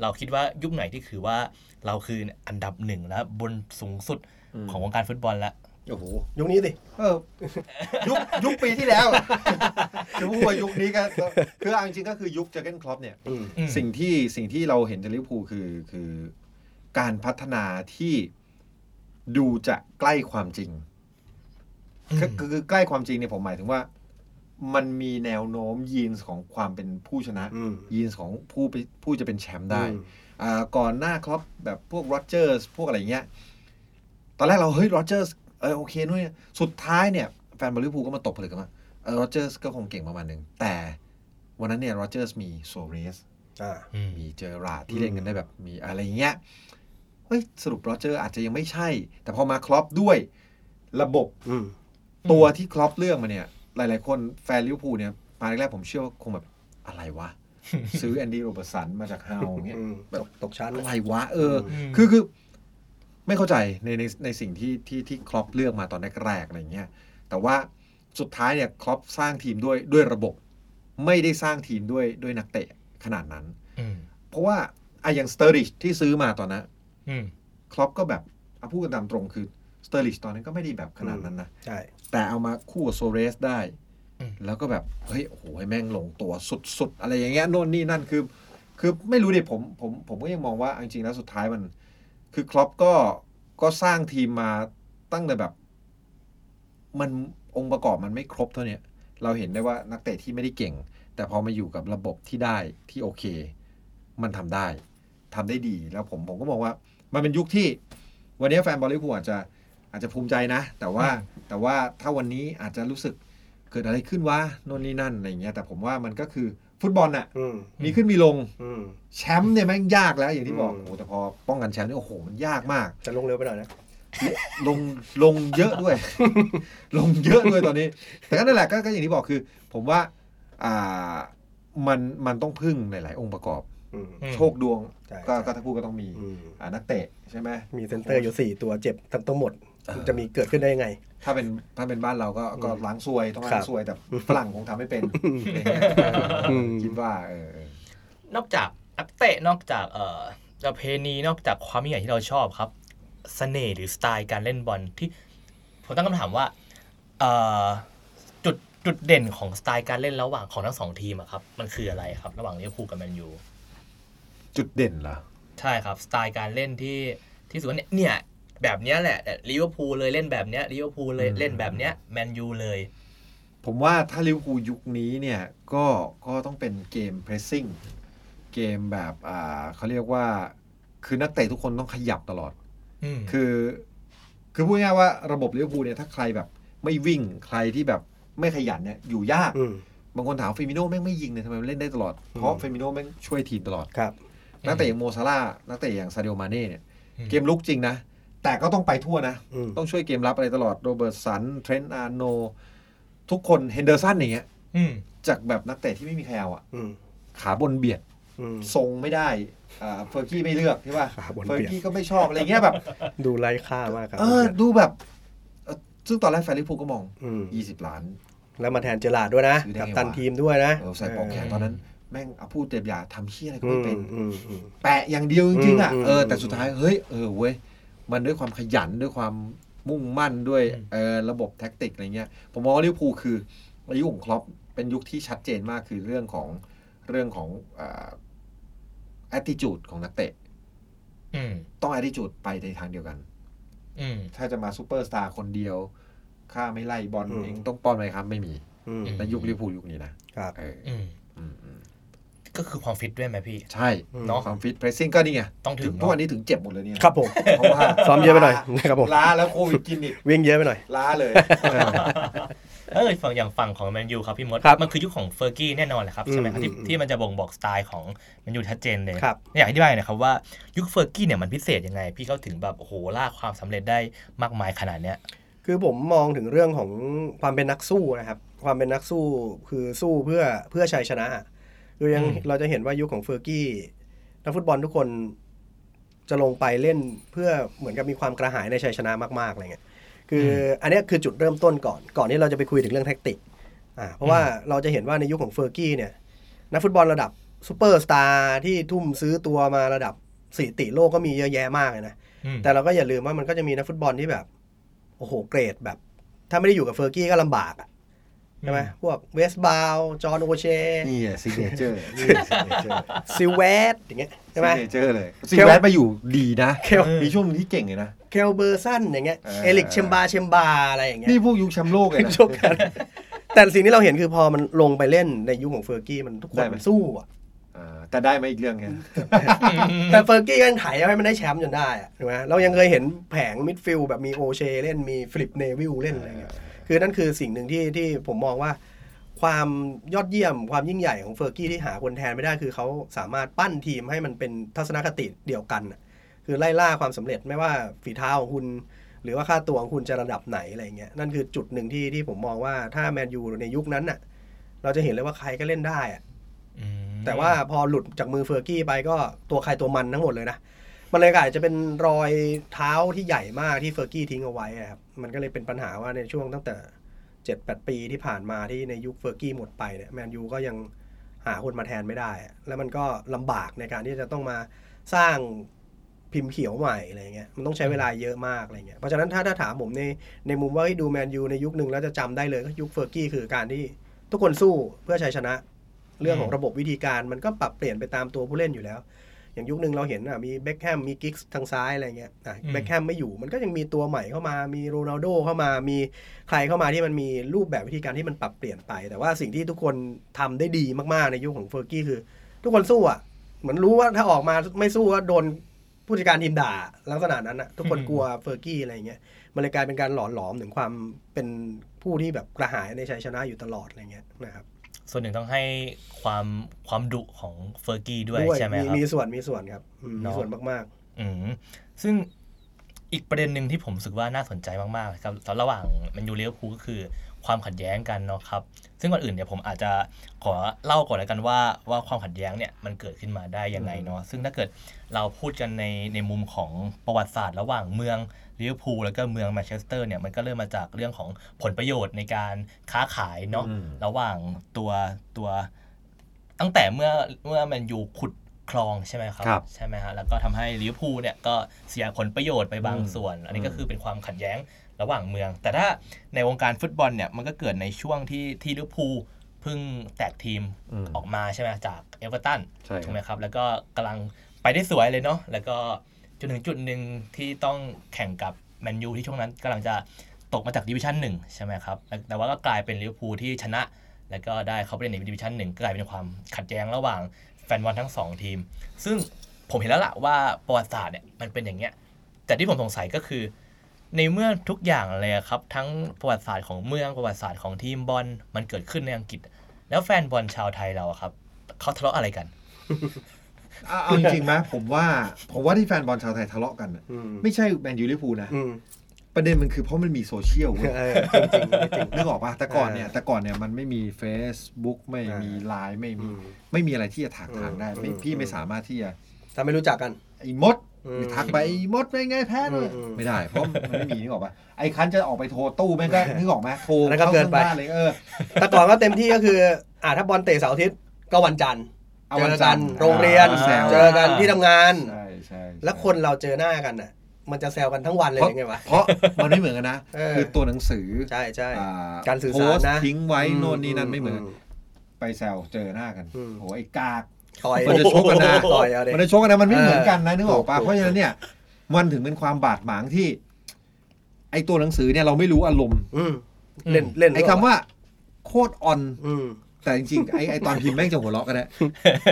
B: เราคิดว่ายุคไหนที่คือว่าเราคืออันดับหนึ่งแล้วบนสูงสุดของวงการฟุตบอลแล้ว
C: โอ้โห
D: ยุคนี้สิ
C: เออยุคยุคปีที่แล้ว จะพูดว่ายุคนี้ก็คือเอาจริงๆก็คือยุคเจอร์เกนคล็อปเนี่ย
D: อืม
B: อืม
C: สิ่งที่สิ่งที่เราเห็นจากลิเวอร์พูลคือคือการพัฒนาที่ดูจะใกล้ความจริง
B: อืม
C: ก็คือคือใกล้ความจริงเนี่ยผมหมายถึงว่า มันมีแนวโน้มยีนส์ของความเป็นผู้ชนะ
D: อืม
C: ยีนส์ของผู้ไปผู้จะเป็นแชมป์ได้
D: อืม
C: อ่าก่อนหน้าครับแบบพวกโรเจอร์สพวกอะไรเงี้ย ตอนแรกเราเฮ้ยโรเจอร์สเออโอเคนู่นเนี่ยสุดท้ายเนี่ยแฟนบอลลิเวอร์พูลก็มาตบผลึกกันว่าเออโรเจอร์สก็คงเก่งประมาณหนึ่งแต่วันนั้นเนี่ยโรเจอร์สมีโซเรส
D: อ่า
B: อืม
C: มีเจอราร์ดที่เล่นกันได้แบบมีอะไรอย่างเงี้ย เฮ้ย สรุปโรเจอร์อาจจะยังไม่ใช่ แต่พอมาครอปด้วยระบบ
D: อืม
C: ตัวที่ครอปเรื่องมาเนี่ย หลายๆ คนแฟนลิเวอร์พูลเนี่ย มาแรกๆผมเชื่อว่าคงแบบอะไรวะ ซื้อแอนดี้โรเบอร์สันมาจากฮาวเงี้ย
D: อืม
C: แบบ
D: ตกตกชั้น
C: อะไรวะ เอออ
B: ม
C: คือคือไม่เข้าใจในในในสิ่งที่ที่ที่ครอปเลือกมาตอนแรกๆอะไรเงี้ย แต่ว่าสุดท้ายเนี่ยครอปสร้างทีมด้วยด้วยระบบ ไม่ได้สร้างทีมด้วยด้วยนักเตะขนาดนั้น
B: อืม
C: เพราะว่าไอะอย่างสเตอริชที่ซื้อมาตอนนั้น
B: อืม
C: ครอปก็แบบเอาพูดกันตามตรงคือสเตอริชตอนนั้นก็ไม่ได้แบบขนาดนั้นนะ
D: ใช่
C: แต่เอามาคู่กับโซเรสได้ แล้วก็แบบ เฮ้ย โอ้โหแม่งลงตัวสุดๆ อะไรอย่างเงี้ยโน่นนี่นั่นคือ คือไม่รู้ดิผมผมผมก็ยังมองว่าเอาจริงๆแล้วสุดท้ายมัน คือครอปก็ก็สร้างทีมมาตั้งแต่แบบ มันองค์ประกอบมันไม่ครบเท่าเนี้ยเราเห็นได้ว่านักเตะที่ไม่ได้เก่ง แต่พอมาอยู่กับระบบที่ได้ที่โอเค มันทำได้ทำได้ดีแล้วผมผมก็มองว่า มันเป็นยุคที่ วันนี้แฟนบอลลิเวอร์พูลอาจจะอาจจะภูมิใจนะ แต่ว่าแต่ว่าถ้าวันนี้อาจจะรู้สึกเกิดอะไรขึ้นวะโน่นนี่นั่นอะไรอย่างเงี้ยแต่ผมว่ามันก็คือฟุตบอลน่ะ
D: อืม
C: มีขึ้นมีลง
D: อืม
C: แชมป์เนี่ยแม่งยากแล้วอย่างที่บอก
D: อืม
C: โอ้โหแต่พอป้องกันแชมป์นี่โอ้โหมันยากมาก
D: จะลงเร็วไปหน่อยนะ
C: ลงลงเยอะด้วย ลงเยอะด้วยตอนนี้ แต่ก็นั่นแหละก็ก็อย่างที่บอกคือ ผมว่าอ่า มันมันต้องพึ่งหลาย ๆ องค์ประกอบ
D: อืม
B: อืม
C: โชคดวง
D: ใช่
C: ก็
D: ใช่
C: ก็ถ้าพูดก็ต้องมี
D: อืม
C: อ่านักเตะใช่ไหม
D: มีเซนเตอร์อยู่สี่ตัวเจ็บทั้งทั้งหมด
C: เออ
D: จะมีเกิดขึ้นได้ยังไง
C: ถ้าเป็นถ้าเป็นบ้านเราก็ก็ล้างซวยต้อง
D: ครั
C: ล้าง
D: บ
C: ซวยแต่ฝรั่งคงทำไม่เป็น
D: อืม
C: คิดว่าเออเออน
B: อกจากนักเตะนอกจากเอ่อประเพณีนอกจากความยิ่งใหญ่ที่เราชอบครับเสน่ห์หรือสไตล์การเล่นบอลที่ผมตั้งคำถามว่าเอ่อจุดจุดเด่นของสไตล์การเล่นระหว่างของทั้งสองทีมอะครับมันคืออะไรครับ ระหว่างลิเวอร์พูลกับแมนยู
C: จุดเด่นเหรอ
B: ใช่ครับสไตล์การเล่นที่ที่สุดว่าเนี่ยเนี่ยแบบเนี้ยแหละแต่ลิเวอร์พูลเลยเล่นแบบเนี้ยลิเวอร์พูลเลยเล่นแบบเนี้ยแมนยูเลย
C: ผมว่าถ้าลิเวอร์พูลยุคนี้เนี่ยก็ก็ต้องเป็นเกมเพรสซิ่งเกมแบบอ่าเขาเรียกว่า คือนักเตะทุกคนต้องขยับตลอด
B: อืม
C: คือ คือพูดง่ายๆว่าระบบลิเวอร์พูลเนี่ยถ้าใครแบบไม่วิ่งใครที่แบบไม่ขยันเนี่ยอยู่ยาก
D: อืม
C: บางคนถามเฟมิโน่แม่งไม่ยิงเนี่ยทำไมมันเล่นได้ตลอด เพราะเฟมิโน่แม่งช่วยทีมตลอด
D: ครับ
C: นักเตะอย่างโมซาร่าห์นักเตะอย่างซาดิโอมาเน่เนี่ย
B: อื
C: เกมลุกจริงนะ แต่ก็ต้องไปทั่วนะ
D: อืม
C: ต้องช่วยเกมรับอะไรตลอดโรเบิร์ตสันเทรนต์อาร์โน ทุกคนเฮนเดอร์สันอย่างเงี้ย
B: อืม
C: จากแบบนักเตะที่ไม่มีใครเอาอะ
D: อืม
C: ขาบนเบียด
D: อืม
C: ทรงไม่ได้อ่าเฟอร์กี้ไม่เลือกใช่ป่ะ
D: ขาบน
C: เฟอ
D: เบี
C: ร์
D: ยด
C: กี้ก็ไม่ชอบอะไรเงี้ยแบบ
D: ดูไร้ค่ามากครับ
C: เออดูแบบเอ่อซึ่งตอนแรกแฟนลิเวอร์พูลก็มอง
D: ม
C: 20 ล้าน
D: แล้วมาแทนเจอราร์ดด้วยนะ
C: ซื้อได้
D: กับ
C: ไง
D: ตัน
C: วะ
D: ทีมด้วยนะ
C: เออใส่ปอกแขนตอนนั้น แม่งเอาพูดเต็มยาทำเฮี้ยอะไรก็
D: อื
C: ไม่
D: ม
C: เป็น
D: อืมอืม
C: แปะอย่างเดียวจริงๆอ่ะ
D: อืม
C: เอออ
D: ม
C: แต่สุดท้ายเฮ้ยเออเว้ยมันด้วยความขยันด้วยความมุ่งมั่นด้วยเออระบบแท็กติกอะไรเงี้ย ผมมองว่าลิเวอร์พูลคืออายุคของคล็อปเป็นยุคที่ชัดเจนมากคือเรื่องของเรื่องของแอ t ติจูดของนักเตะ
B: อืม
C: ต้องแอ t ติจูดไปในทางเดียวกัน
B: อืม
C: ถ้าจะมาซูเปอร์สตาร์คนเดียวข้าไม่ไล่บอล
D: อืม
C: เองต้องป้อนไหมครับไม่มี
D: อืม
B: อืม
C: ในยุคลิเวอร์พูลยุคนี้นะครับ เออ
B: อืม
C: อืมอืม
B: ก็คือความฟิตด้วยไหมพี่
C: ใช่
B: เนาะ
C: ความฟิตเพรสซิ่งก็นี่ไง
B: ต้องถึ
C: ถึ
B: ง
C: ง
B: เน
C: ทุก
B: อะ
C: วันนี้ถึงเจ็บหมดเลยเนี่ย
D: ครับผม
C: เพราะว่า
D: ซ้อมเยอะไปหน่อยนะครับผม
C: ล้าแล้วโควิดกินอีก
D: วิ่งเยอะไปหน่อย
C: ล้าเลย
B: เออฝั่งอย่างฝั่งของแมนยูครับพี่มด
D: ครับ
B: มันคือยุคของเฟอร์กี้แน่นอนแหละครับใช่ไหมครับที่
D: อืมอืม
B: ที่มันจะบ่งบอกสไตล์ของแมนยูชัดเจนเลย
D: ครับ
B: อยากให้ที่บ้านนะครับว่ายุคเฟอร์กี้เนี่ยมันพิเศษยังไง พี่เขาถึงแบบโอ้โหล่ากความสำเร็จได้มากมายขนาดเนี้ย
D: คือผมมองถึงเรื่องของความเป็นนักสู้นะครับ ความเป็นนักสู้คือสู้เพื่อเพื่อชัยชนะ คือยัง
B: อืม
D: เราจะเห็นว่ายุคของเฟอร์กี้นักฟุตบอลทุกคนจะลงไปเล่นเพื่อเหมือนกับมีความกระหายในชัยชนะมากๆอะไรเงี้ยคือออันเนี้ยคือจุดเริ่มต้นก่อน ก่อนที่เราจะไปคุยถึงเรื่องแท็กติกอ่าเพราะว่าเราจะเห็นว่าในยุคของเฟอร์กี้เนี่ยนักฟุตบอลระดับซูเปอร์สตาร์ที่ทุ่มซื้อตัวมาระดับสถิติโลกก็มีเยอะแยะมากเลยนะ
B: อืม
D: แต่เราก็อย่าลืมว่ามันก็จะมีนักฟุตบอลที่แบบ โอ้โหเกรดแบบ ถ้าไม่ได้อยู่กับเฟอร์กี้ก็ลำบากอะใช่ไหมพวกเวสบาวจอห์นโอเช
C: นี่ซิกเนเจอร์นี่ซิกเนเจอร์
D: ซิลเวสอย่างเงี้ยใช่ไหม
C: ซิกเนเจอร์เลย
D: เคล
C: ซิงแวดมาอยู่ดีนะ
D: เคล
C: มีช่วงหนึงที่เก่งเลยนะ
D: เคลเบอร์สันอย่างเงี้ย
C: เออ
D: เอลิกเชมบาเชมบาอะไรอย่างเงี้ย
C: นี่พวกยุคแชมป์โลก เลยนะ
D: โชคกัน แต่สิ่งที่เราเห็นคือพอมันลงไปเล่นในยุคของเฟอร์กี้มันทุกค
C: ได้
D: น
C: ไหม
D: มันสู้อะ
C: อ่าแต่ได้มาอีกเรื่องไง
D: แต่เฟอร์กี้ก็ยังไถ่ายให้มันได้แชมป์จนได้อะถูกไหมเรายังเคยเห็นแผงมิดฟิลด์แบบมีโอเชเล่นมีฟิลิปเนวิลเล่นอะไรอย่างเงี้ย คือนั่นคือสิ่งหนึ่งที่ที่ผมมองว่า ความยอดเยี่ยมความยิ่งใหญ่ของเฟอร์กี้ที่หาคนแทนไม่ได้คือเขาสามารถปั้นทีมให้มันเป็นทัศนคติเดียวกันน่ะคือไล่ล่าความสำเร็จไม่ว่าฝีเท้าของคุณ หรือว่าค่าตัวของคุณจะระดับไหนอะไรเงี้ยนั่นคือจุดหนึ่งที่ที่ผมมองว่าถ้าแมนยูในยุคนั้นน่ะ เราจะเห็นเลยว่าใครก็เล่นได้อะ
B: อืม
D: แต่ว่าพอหลุดจากมือเฟอร์กี้ไปก็ตัวใครตัวมันทั้งหมดเลยนะมันเลยกลายจะเป็นรอยเท้าที่ใหญ่มากที่เฟอร์กี้ทิ้งเอาไว้อะครับมันก็เลยเป็นปัญหาว่าในช่วงตั้งแต่ เจ็ดแปดปีที่ผ่านมาที่ในยุคเฟอร์กี้หมดไปเนี่ยแมนยูก็ยังหาคนมาแทนไม่ได้อะแล้วมันก็ลำบากในการที่จะต้องมาสร้างพิมพ์เขียวใหม่อะไรเงี้ยมันต้องใช้เวลาเยอะมากอะไรเงี้ยเพราะฉะนั้นถ้าถ้าถามผมในในมุมว่าเฮ้ยดูแมนยูในยุคหนึ่งแล้วจะจำได้เลยก็ยุคเฟอร์กี้คือการที่ทุกคนสู้เพื่อชัยชนะ เรื่องของระบบวิธีการมันก็ปรับเปลี่ยนไปตามตัวผู้เล่นอยู่แล้ว อย่างยุคหนึ่งเราเห็นอ่ะมีเบคแฮมมีกิกส์ทางซ้ายอะไรเงี้ยอ่ะเบคแฮมไม่อยู่มันก็ยังมีตัวใหม่เข้ามามีโรนัลโดเข้ามามี ใครเข้ามาที่มันมีรูปแบบวิธีการที่มันปรับเปลี่ยนไป แต่ว่าสิ่งที่ทุกคนทำได้ดีมากๆในยุคของเฟอร์กี้คือ ทุกคนสู้อ่ะ เหมือนรู้ว่าถ้าออกมาไม่สู้ก็โดนผู้จัดการทีมด่าลักษณะนั้นอ่ะทุกคนกลัวเฟอร์กี้อะไรอย่างเงี้ยมันเลยกลายเป็นการหลอนหลอมถึงความเป็นผู้ที่แบบกระหายในชัยชนะอยู่ตลอดอะไรเงี้ยนะครับ
B: ส่วนหนึ่งต้องให้ความความดุของเฟอร์กี้ด้วยใช่ไหม
D: มี
B: ครับ
D: มีส่วนมีส่วนครับอืม
B: เน
D: มี
B: อะ
D: ส่วนมาก
B: อืมซึ่งอีกประเด็นหนึ่งที่ผมรู้สึกว่าน่าสนใจมากๆครับสำหรับระหว่างแมนยูเลเวอร์พูลก็คือ ความขัดแย้งกันเนาะครับ ซึ่งก่อนอื่นเนี่ยผมอาจจะขอเล่าก่อนแล้วกันว่าว่าความขัดแย้งเนี่ยมันเกิดขึ้นมาได้ยังไงเนาะซึ่งถ้าเกิดเราพูดกันในในมุมของประวัติศาสตร์ระหว่างเมืองลิเวอร์พูลแล้วก็เมืองแมนเชสเตอร์เนี่ยมันก็เริ่มมาจากเรื่องของผลประโยชน์ในการค้าขายเนาะ
C: อืม
B: ระหว่างตัวตัว ตั้งแต่เมื่อเมื่อแมันอยู่ขุดคลองใช่ไหมครับ
C: ครับ
B: ใช่ไหมฮะแล้วก็ทำให้ลิเวอร์พูลเนี่ยก็เสียผลประโยชน์ไปบาง
C: อืม
B: ส่วน อันนี้ก็คือเป็นความขัดแย้งระหว่างเมือง แต่ถ้าในวงการฟุตบอลเนี่ยมันก็เกิดในช่วงที่ที่ลิเวอร์พูลเพิ่งแตกทีม
C: ม
B: ออกมาใช่ไหมจากเอเวอร์ตัน
C: ใช่ครับ
B: ถูกไหมครับ แล้วก็กำลังไปได้สวยเลยเนาะแล้วก็จนถึงจุดหนึ่งที่ต้องแข่งกับแมนยูที่ช่วงนั้นกำลังจะตกมาจากดิวิชั่นหนึ่งใช่ไหมครับแล้วแต่ว่าก็กลายเป็นลิเวอร์พูลที่ชนะ แล้วก็ได้เข้าไปเล่นในดิวิชั่นหนึ่งก็กลายเป็นความขัดแย้งระหว่างแฟนบอลทั้งสองทีม ซึ่งผมเห็นแล้วล่ะว่าประวัติศาสตร์เนี่ยมันเป็นอย่างเงี้ย แต่ที่ผมสงสัยก็คือ ในเมื่อทุกอย่างเลยอะครับ ทั้งประวัติศาสตร์ของเมืองประวัติศาสตร์ของทีมบอลมันเกิดขึ้นในอังกฤษ แล้วแฟนบอลชาวไทยเราอะครับเขาทะเลาะอะไรกัน
C: เอาเอาจริงๆไหมผมว่าผมว่าที่แฟนบอลชาวไทยทะเลาะกันน่ะ
D: อืม
C: ไม่ใช่แมนยูลิเวอร์พูลนะ
D: อืม
C: ประเด็นมันคือเพราะมันมีโซเชียลเว้ย
D: เออจริงจริงจริง
C: นึกออกปะแต่ก่อนเนี่ย
D: เออ
C: แต่ก่อนเนี่ยมันไม่มี Facebook ไม่มีไลน์ไม่มี
D: อืม
C: ไม่มีอะไรที่จะถากทางได้ไม่
D: อืม
C: พี่
D: อืม
C: ไม่สามารถที่จะ
D: ถ้าไม่รู้จักกัน
C: ไอ้มด
D: อืม
C: หรือทักไปไอ้มดเป็นไงแพ้เลย
D: อืมอืม
C: ไม่ได้เพราะมันไม่มีนึกออกปะไอ้คันจะออกไปโทรตู้แม่งก็ นึกออกไหมโทร
D: อันนั้นก็เกินไป
C: ข้าบ้าเลยเออ
D: แต่ก่อนก็เต็มที่ก็คืออ่าถ้าบอลเตะเสาร์อาทิตย์ก็วันจันทร์
C: เอา
D: เจ
C: วั
D: อน กั
C: จัน
D: น
C: ทร์
D: โรงเรียน
C: อ่าแซว
D: เจอกันที่ทำงาน
C: ใช่ใช่ใช่
D: แล้วคนเราเจอหน้ากันน่ะ มันจะแซวกันทั้งวันเลย
C: เพราะ
D: ยังไงวะ
C: เพราะมันไม่เหมือนกันนะ
D: เออ
C: คือตัวหนังสือ
D: ใช่ใช่
C: อ่
D: การสื่อสารนะ
C: โพต์ทิ้งไว้
D: อืม
C: โน่นนี่นั่นไม่เหมือน
D: อืม
C: ไปแซวเจอหน้ากัน
D: อืม
C: โอ้ยไอ้กาก
D: ต่อย
C: มันจะชกกันนะ
D: ต่อยเอาเด็
C: มันจะชกกันนะมันไม่
D: เออ
C: เหมือนกันนะนึกออกปะ
D: ถูก
C: เพราะฉะนั้นเนี่ย มันถึงเป็นความบาดหมางที่ ไอตัวหนังสือเนี่ยเราไม่รู้อารมณ์
D: เล่นเล่น
C: ไอคำว่า โคตรออน
D: อืม
C: แต่จริงๆไอไอตอนพิมพ์แม่งจะหัวเราะกันนะ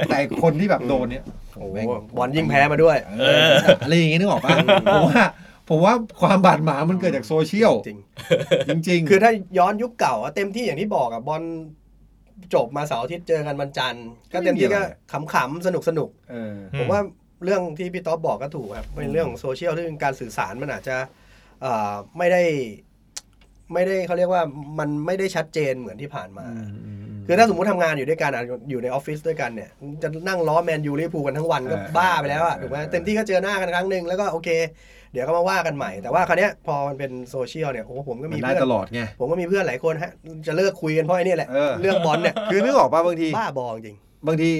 C: แต่ไอ้คนที่แบบโดนเนี่ย
D: โอ้โหบอลยิ่งแพ้มาด้วย
C: เอออะไรอย่างงี้นึกออกปะผมว่าผมว่าความบาดหมางมันเกิดจากโซเชียล
D: จริง
C: จริงๆ
D: คือถ้าย้อนยุคเก่าอะเต็มที่อย่างที่บอกอะบอลจบมาเสาร์อาทิตย์เจอกันวันจันทร์ก็เต็มที่ก็ขำๆสนุกสนุก
C: เออ
D: ๆผมว่าเรื่องที่พี่ต๊อบบอกก็ถูกครับเป็นเรื่องของโซเชียลที่เป็นการสื่อสารมันอาจจะเอ่อไม่ได้ ไม่ได้เขาเรียกว่ามันไม่ได้ชัดเจนเหมือนที่ผ่านมา คือถ้าสมมติทำงานอยู่ด้วยกันอะอยู่ในออฟฟิศด้วยกันเนี่ย จะนั่งล้อแมนยูลิเวอร์พูลกันทั้งวันก็
C: เออ
D: บ้าไปแล้วอะ
C: เออ
D: ถูกไหม
C: เออ
D: เต็มที่ก็เจอหน้ากันครั้งหนึ่งแล้วก็โอเค เดี๋ยวก็มาว่ากันใหม่แต่ว่าคราวเนี้ยพอมันเป็นโซเชียลเนี่ยโอ้โหผมก็
C: มั
D: มี
C: นได้
D: เพื่อน
C: ตลอดไง
D: ผมก็มีเพื่อนหลายคนฮะ จะเลิกคุยกันเพราะไอ้เนี่ยแหละ
C: เออ
D: เรื่องบอลเนี่ย
C: คือนึกออกปะบางที
D: บ้าบอจริง
C: บางที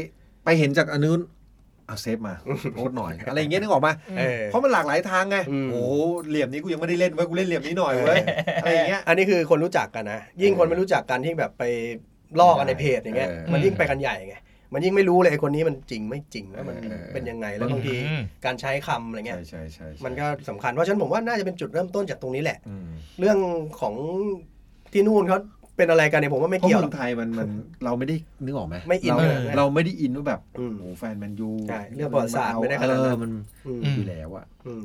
C: ไปเห็นจากอันนู้นเอาเซฟมาโพสต์หน่อย อะไรอย่างเงี้ยนึกออกมา
D: เออ
C: เพราะมันหลากหลายทางไง
D: อืม
C: โอ้โหเหลี่ยมนี้กูยังไม่ได้เล่นเว้ยกูเล่นเหลี่ยมนี้หน่อยเว้ย อะไรอย่างเงี้ย
D: อันนี้คือคนรู้จักกันนะ ยิ่งคนไม่รู้จักกันที่แบบไปล่อกันในเพจอย่างเงี้ย
C: เออ
D: มันยิ่งไปกันใหญ่ไงมันยิ่งไม่รู้เลยไอ้คนนี้มันจริงไม่จริงแล้วมัน
C: เออ
D: เป็นยังไงแล้วบางที
B: อืม
D: การใช้คำอะไรเงี้ย
C: ใช่ใช่ใช่ใช่
D: มันก็สำคัญเพราะฉะนั้นผมว่าน่าจะเป็นจุดเริ่มต้นจากตรงนี้แหละ
C: อืม
D: เรื่องของที่นู่นเขาเป็นอะไรกันเนี่ยผมว่าไม่
C: เพราะ
D: เกี่ยว
C: เมื
D: หร
C: อ
D: อก
C: งไทยมันมันเราไม่ได้นึกออกไหม
D: ไม่อิน
C: เรา
D: ขนาดนั้น
C: เราไม่ได้อินว่าแบบ
D: อืม
C: โอ้โหแฟนแมันยู
D: ใช่เรื่องประวัติศาสตร์ไม่ได้ขนาดนั้น
C: เออมัน
D: อืม
B: อืม
C: อยู่แล้วอะ
D: อืม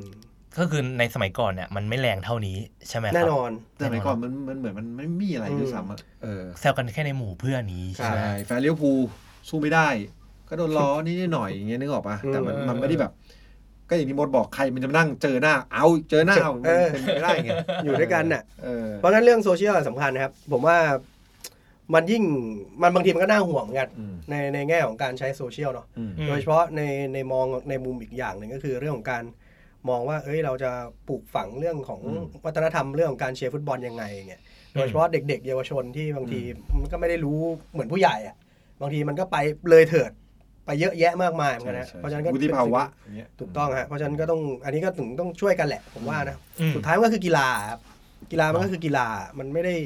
B: ก็คือในสมัยก่อนเนี่ยมันไม่แรงเท่านี้ใช่ไหมครับ
D: แน่นอน
C: สมัยก่อนมันมันเหมือนมันไม่มีอะไรด้วยซ้ำอะเออ
B: แซวกันแค่ในหมู่เพื่อนนี้
D: ใช่
B: ใช่ไหม
C: ใช่แฟนเลี้ยวภูลสู้ไม่ได้ ก็โดนล้อนิดๆหน่อยๆอย่างเงี้ยนึกออกปะแต่มัน
B: เออ
C: มันไม่ได้แบบ ก็อย่างที่มดบอกใครมันจะมานั่งเจอหน้า เอาเจอหน้าเอามันเป็นไปไม่ได้ไง
D: อยู่ด้วยกันน่ะ
C: เออ
D: เพราะงั้นเรื่องโซเชียลสำคัญนะครับ ผมว่ามันยิ่งมันบางทีมันก็น่าห่วงเหมือนกัน
C: อืม
D: ในในแง่ของการใช้โซเชียลเนาะ
C: อืม
B: อืม
D: โดยเฉพาะในในมองในมุมอีกอย่างหนึ่งก็คือเรื่องของการมองว่าเอ้ยเราจะปลูกฝังเรื่องของ
C: อืม
D: วัฒนธรรมเรื่องของการเชียร์ฟุตบอลยังไงเงี้ยโดยเฉพาะเด็ก ๆ เยาวชนที่บางทีมันก็ไม่ได้รู้เหมือนผู้ใหญ่อะบางทีมันก็ไปเลยเถิดไปเยอะแยะมากมายเหมือนกันนะ
C: ใช่ใช่
D: เพราะฉะนั้นก็
C: วุฒิภาวะอย่างเงี้ย
D: ถูกต้องฮะเพราะฉะนั้นก็ต้องอันนี้ก็ถึงต้องช่วยกันแหละผมว่านะ
B: อืม
D: สุดท้ายมันก็คือกีฬาครับกีฬามันก็คือกีฬามันไม่ได้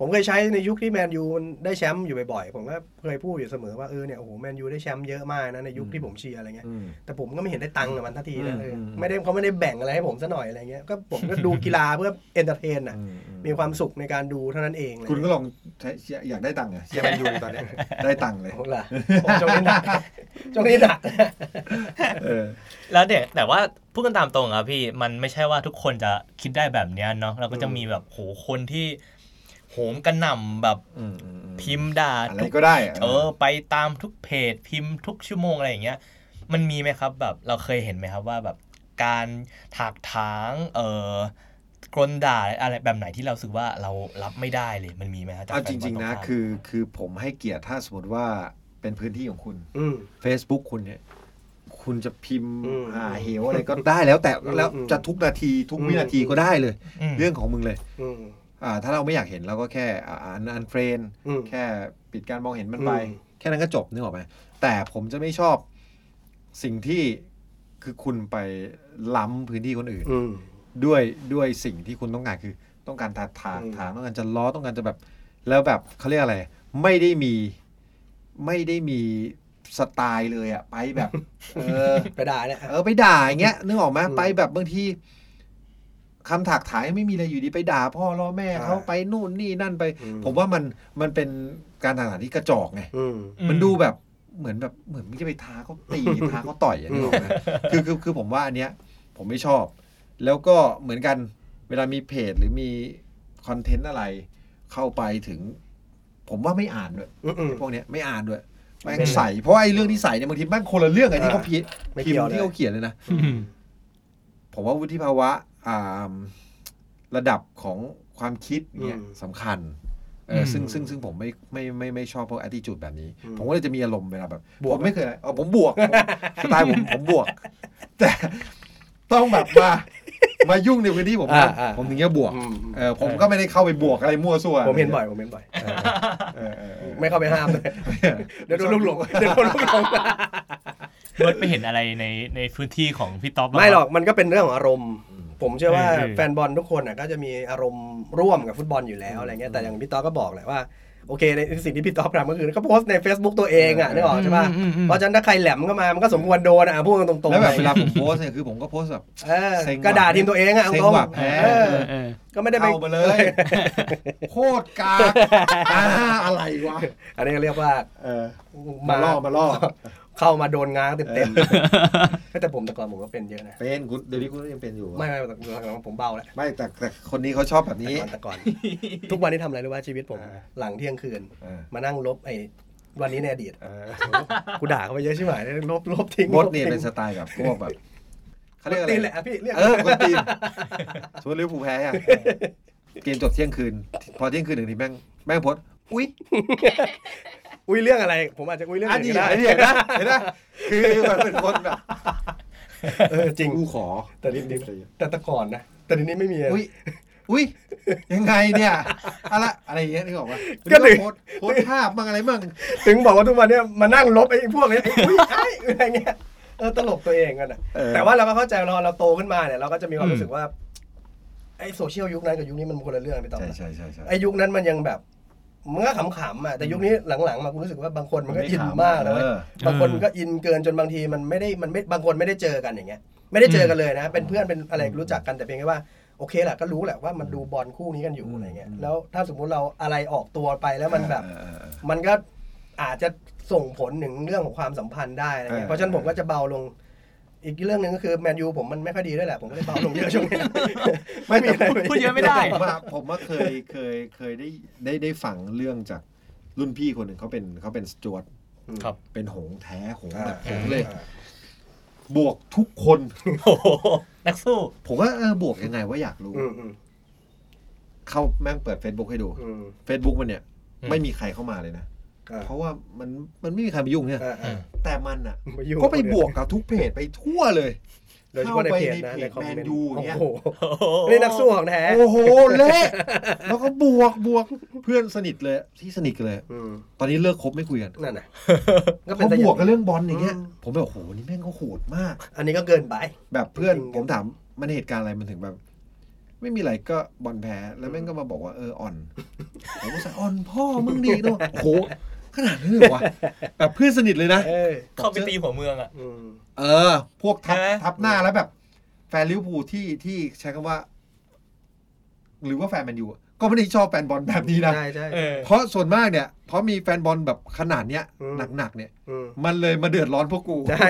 D: ผมเคยใช้ในยุคที่แมนยูมันได้แชมป์อยู่บ่อยๆ ผมก็เคยพูดอยู่เสมอว่าเออเนี่ยโอ้โหแมนยูได้แชมป์เยอะมากนะในยุคที่ผมเชียร์อะไรเงี้ยแต่ผมก็ไม่เห็นได้ตังค์กับมันทันที
C: อื
D: นะ
C: ม
D: เอออ
C: ม
D: ไม่ได้เขาไม่ได้แบ่งอะไรให้ผมซะหน่อยอะไรเงี้ยก็ผมก็ดูกีฬาเพื่อเอนเตอร์เทนน่ะ
C: อืมอื
D: มีความสุขในการดูเท่านั้นเองเลย
C: คุณก็ลองใช้เชียร์อยากได้ตังค์ไงเชียร์แมนยูต อนเนี้ยได้ตังค์เลย
D: ผม ล่ะผมช่วงนี้หนักช่วงนี้หนัก
C: เออ
B: แล้วเด็กแต่ว่าพูดกันตามตรงอะพี่มันไม่ใช่ว่าทุกคนจะคิดได้แบบเนี้ยเนาะเราก็จะ
D: อืม
B: มีแบบโหคนที่โหมกระหน่ำแบบ
C: อืมอืมอืม
B: พิมพ์ด่า
C: อะไร
B: ทุก
C: ก็ได้ะ
B: เออไปตามทุกเพจพิมพ์ทุกชั่วโมงอะไรอย่างเงี้ย มันมีไหมครับแบบเราเคยเห็นไหมครับว่าแบบการถากถางเออ กรนด่าอะไรแบบไหนที่เรารู้สึกว่าเรารับไม่ได้เลยมันมีไหมฮะ
C: เอาจริง ๆ นะ
B: คือ
C: คือคือผมให้เกียรติถ้าสมมติว่าเป็นพื้นที่ของคุณ
D: อืม
C: Facebook คุณเนี่ย คุณจะพิมพ์
D: อืม
C: หาเหวอะไรก็ได้แล้วแต่
D: อืม
C: แล้ว
D: อืม
C: จะทุกนาทีทุก
D: อืม
C: วินาทีก็ได้เลย
B: อืม
C: เรื่องของมึงเลย
D: อืม
C: อ่า ถ้าเราไม่อยากเห็นเราก็แค่อ่าอันเฟรน
D: อืม
C: แค่ปิดการมองเห็นมันไป
D: อืม
C: แค่นั้นก็จบนึกออกไหมแต่ผมจะไม่ชอบสิ่งที่คือคุณไปล้ำพื้นที่คนอื่น
D: อืม
C: ด้วยด้วยสิ่งที่คุณต้องการคือต้องการถาถา
D: อืม
C: ถามต้องการจะล้อต้องการจะแบบ แล้วแบบเขาเรียกอะไร ไม่ได้มีไม่ได้มีสไตล์เลยอะไป แบบ เออ
D: ไปด่าเนี่ย
C: เออไปด่าอย่างเงี้ยนึกออกไหม
D: อืม
C: ไปแบบบางทีคำถากถายไม่มีอะไรอยู่ดีไปด่าพ่อล่อแม่
D: ใช่
C: เขาไปนู่นนี่นั่นไป
D: อืม
C: ผมว่ามันมันเป็นการถากถายที่กระจอกไง
D: อืม
C: มันดูแบบเหมือนแบบเหมือนไม่จะไปท้าเขาตี ท้าเขาต่อยอะนึกออกไหมคือคือคือผมว่าอันเนี้ย ผมไม่ชอบ แล้วก็เหมือนกันเวลามีเพจหรือมีคอนเทนต์อะไร เข้าไปถึง ผมว่าไม่อ่านด้วย
D: อืมอืม
C: ไอ้พวกเนี้ยไม่อ่านด้วยแม่
D: ไม่
C: ง
D: เลย
C: ใส่เพราะไอ้เรื่องที่ใส่เนี่ยบางทีแม่งคนละเรื่องไอ้ที่เขาพิ
D: ไม่
C: พิม
D: เกี่ยว
C: พ์ที่
D: เลย
C: เขาเขียนเลยนะ
B: อืม
C: ผมว่าวุฒิภาวะอ่าระดับของความคิดเนี่ย
D: อืม
C: สำคัญเอออ
B: ม
C: ซึ่งซึ่งซึ่งผมไม่ไม่ไม่ไม่ชอบพวก attitude แบบนี้
D: อืม
C: ผมก็เลยจะมีอารมณ์เวลาแบบ
D: บวก
C: ผมไม่เคยอะไรอ๋อผมบวกผมสไตล์ผมผมบวก แต่ต้องแบบมามายุ่งในพื้นที่ผมนะ
D: อ่าอ่า
C: ผมถึงจะบวก
D: อืม
C: เออผมก็ไม่ได้เข้าไปบวกอะไรมั่วซั่ว
D: ผมเห็นบ่อยผมเห็นบ่อย
C: เออเออเออ
D: ไม่เข้าไปห้ามเลย เดี๋ยวโดนลูกหลงเดี๋ยวโดนลูกหลง
B: เบิร์ดไปเห็นอะไรในในพื้นที่ของพี่ต๊อบบ้าง
D: ไม่หรอกมันก็เป็นเรื่องของอารมณ์ ผมเชื่อว่า
B: เออเออ
D: แฟนบอลทุกคนน่ะก็จะมีอารมณ์ร่วมกับฟุตบอลอยู่แล้วอะไรเงี้ยแต่อย่างพี่ต๊อกก็บอกแหละว่าโอเคในสิ่งที่พี่ต๊อกทำก็คือก็โพสต์ใน Facebook ตัวเองอ่ะนึกออกใช่ป่ะ
B: อืมอืมอืม
D: เพราะฉะนั้นถ้าใครแหลมก็มามันก็สมควรโดนอ่ะพูดกันตรงๆ
C: แล้วแบบ
D: ไป
C: เวลาผมโพสต์เนี่ยคือผมก็โพสต์แบบ
D: เออ
C: เซ็งว่ะ
D: กระดาษทีมตัวเองอ่ะ
C: เซ็ง
D: ตรง
C: ว่ะแพ้
D: เออ
B: เออเออ
D: ก็ไม่ได้ไป
C: เข้ามาเลยโคตรกากอ่าอะไรวะ
D: อันนี้ก็เรียกว่า
C: เออ
D: มา
C: มาล่อมาล่อ
D: เข้ามาโดนง้างเต็มๆแต่ผมแต่ก่อนผมก็เป็นเยอะนะ
C: เป็นคุณเดี๋ยวนี้คุณก็ยังเป็นอยู่อะ
D: ไม่ไม่แต่หลังๆผมเบาแล้ว
C: ไม่แต่แต่คนนี้เขาชอบแบบนี้
D: แต่ก่อนแต่ก่อน ทุกวันนี้ทำอะไรรู้ว่าชีวิตผม
C: อ่า
D: หลังเที่ยงคืน
C: อ่าม
D: มานั่งลบไอ้วันนี้ในอดีต
C: เออ
D: กูด่าเขาไปเยอะใช่ไหมลบลบทิ้ง
C: มดเนี่ยเป็นสไตล์แบบพวกแบบเขา
D: เรี
C: เรี
D: ย
C: ย
D: ก
C: ก
D: อะ
C: อะไร ไร
D: แหละพี่เรียก
C: เออคนตีนสมมติลิเวอร์พูลแพ้อะเกมจบเที่ยงคืน พอเที่ยงคืนหนึ่งทีแม่งแม่งโพดอุ้ย
D: อุ้ยเรื่องอะไร ผมอาจจะอุ้ยเรื่อง
C: อั
D: อะ
C: น
D: ไร
C: นี้
D: ก็ได้
C: อันนี้เห็นนะเห็นนะคือมันเป็นคนแบบ
D: เออจริง
C: กูขอ
D: แต่นิดนิดแต่แต่ก่อนนะแต่เดี๋ยวนี้ไม่มีอะ
C: อุ้ยอุ้ยยังไงเนี่ยอะไรอะไรอย่างเงี้ยนึกออกปะ
D: ก็ถึง
C: โพสต์โพสต์ภาพบ้างอะไรบ้าง
D: ถึงบอกว่าทุกวันเนี้มานั่งลบไอ้พวกนี้ไอ้อุ้ยไอ้อะไรเงี้ยเออตลกตัวเองกันอ่ะ
C: เออ
D: แต่ว่าเราก็เข้าใจเราเราโตขึ้นมาเนี่ยเราก็จะมีความ
B: อืม
D: รู้สึกว่าไอ้โซเชียลยุคนั้นกับยุคนี้มันคนละเรื่องไปต่อ
C: ใช่
D: ไป
C: ใช่ใช่ใช่
D: ไอ้ยุคนั้นมันยังแบบมันก็ขำๆอ่ะแต่ยุคนี้หลังๆมากูรู้สึกว่าบางคนมันก็
C: มันไม่
D: อิน
C: ขำ
D: มากนะเว้ย
C: เออ
D: บางคนมันก็อินเกินจนบางทีมันไม่ได้มันไม่บางคนไม่ได้เจอกันอย่างเงี้ย ไม่ได้เจอกันเลยนะ เป็นเพื่อนเป็นอะไรรู้จักกันแต่เพียงแค่ว่าโอเคแหละก็รู้แหละว่ามันดูบอลคู่นี้กันอยู่อะไรเงี้ยแล้วถ้าสมมุติเราอะไรออกตัวไปแล้วมันแบบ
C: เออเออเออ
D: มันก็อาจจะส่งผลถึงเรื่องของความสัมพันธ์ได้อะไร
C: เอ
D: เงี้ย
C: อ
D: เพราะฉะนั้นผมก็จะเบาลง อีกเรื่องหนึ่งก็คือแมนยูผมมันไม่ค่อยดีด้วยแหละผมก็เลยเบาลง เยอะช่วงนี้ ไม่มีอะไร
B: พูดเยอะไม่ได้
C: ผมว่าผมว่าเคยเคยเคยได้ได้ได้ฟังเรื่องจากรุ่นพี่คนหนึ่งเขาเป็นเขาเป็นสจวต
B: ครับ
C: เป็นหงส์แท้หงส์
D: อ่า
C: แบบหงส์เลย บวกทุกคน
B: โอ้โหนักสู้
C: ผมว่าเออบวกยังไงว่าอยากรู้
D: อืมอืม
C: เข้าแม่งเปิด Facebook ให้ดู
D: อืม
C: Facebook มันเนี่ย
B: อืม
C: ไม่มีใครเข้ามาเลยนะ
D: อ่า
C: เพราะว่ามันมันไม่มีใครมายุ่งเนี่ย
D: อ่าอ่า
C: แต่มันอ่ะ
D: ไม่ยุ่ง
C: ก็ไปบวกกับทุกเพจไปทั่วเลย
D: โดยเฉพาะในเพจนะในคอม
C: แม
D: เมน
C: น
D: ต์
C: ยูอย่างเงี้ย
D: โอ้โหนี่นักสู้ของแท้
C: โอ้โหเละแล้วก็บวกบวกเพื่อนสนิทเลยที่สนิทกันเลย
D: อืม
C: ตอนนี้เลิกคบไม่คุยกัน
D: นั่นน่ะ
C: เขาบวกกันเรื่องบอลอย่างเงี้ย
D: อืม
C: ผมแบบโอ้โหนี่แม่งเขาโหดมาก
D: อันนี้ก็เกินไป
C: แบบเพื่อน
D: จริง
C: ผ
D: ๆ
C: มถามมันเหตุการณ์อะไรมันถึงแบบ ไม่มีอะไรก็บอลแพ้แล้วแม่งก็มาบอกว่าเอออ่อน ผมก็ใส่อ่อนพ่อมึงดีเนาะโอ้โหขนาดนั้นเลยเหรอวะแบบเพื่อนสนิทเลยนะ
D: เออ
B: เข้าไปตีหัวเมืองอ่ะ
D: อืม
C: เออ พวกทับ
B: ใช่ไหม
C: ทับหน้าแล้วแบบ แฟนลิเวอร์พูลที่ที่ใช้คำว่า หรือว่าแฟนแมันยูอะก็ไม่ได้ชอบแฟนบอลแบบนี้นะ
D: ใช่ใช่
B: เออ
C: เพราะส่วนมากเนี่ยเพราะมีแฟนบอลแบบขนาดเนี้ย
D: อืม
C: หนักๆเนี่ย
D: อืม
C: มันเลยมาเดือดร้อนพวกกู
D: ใช่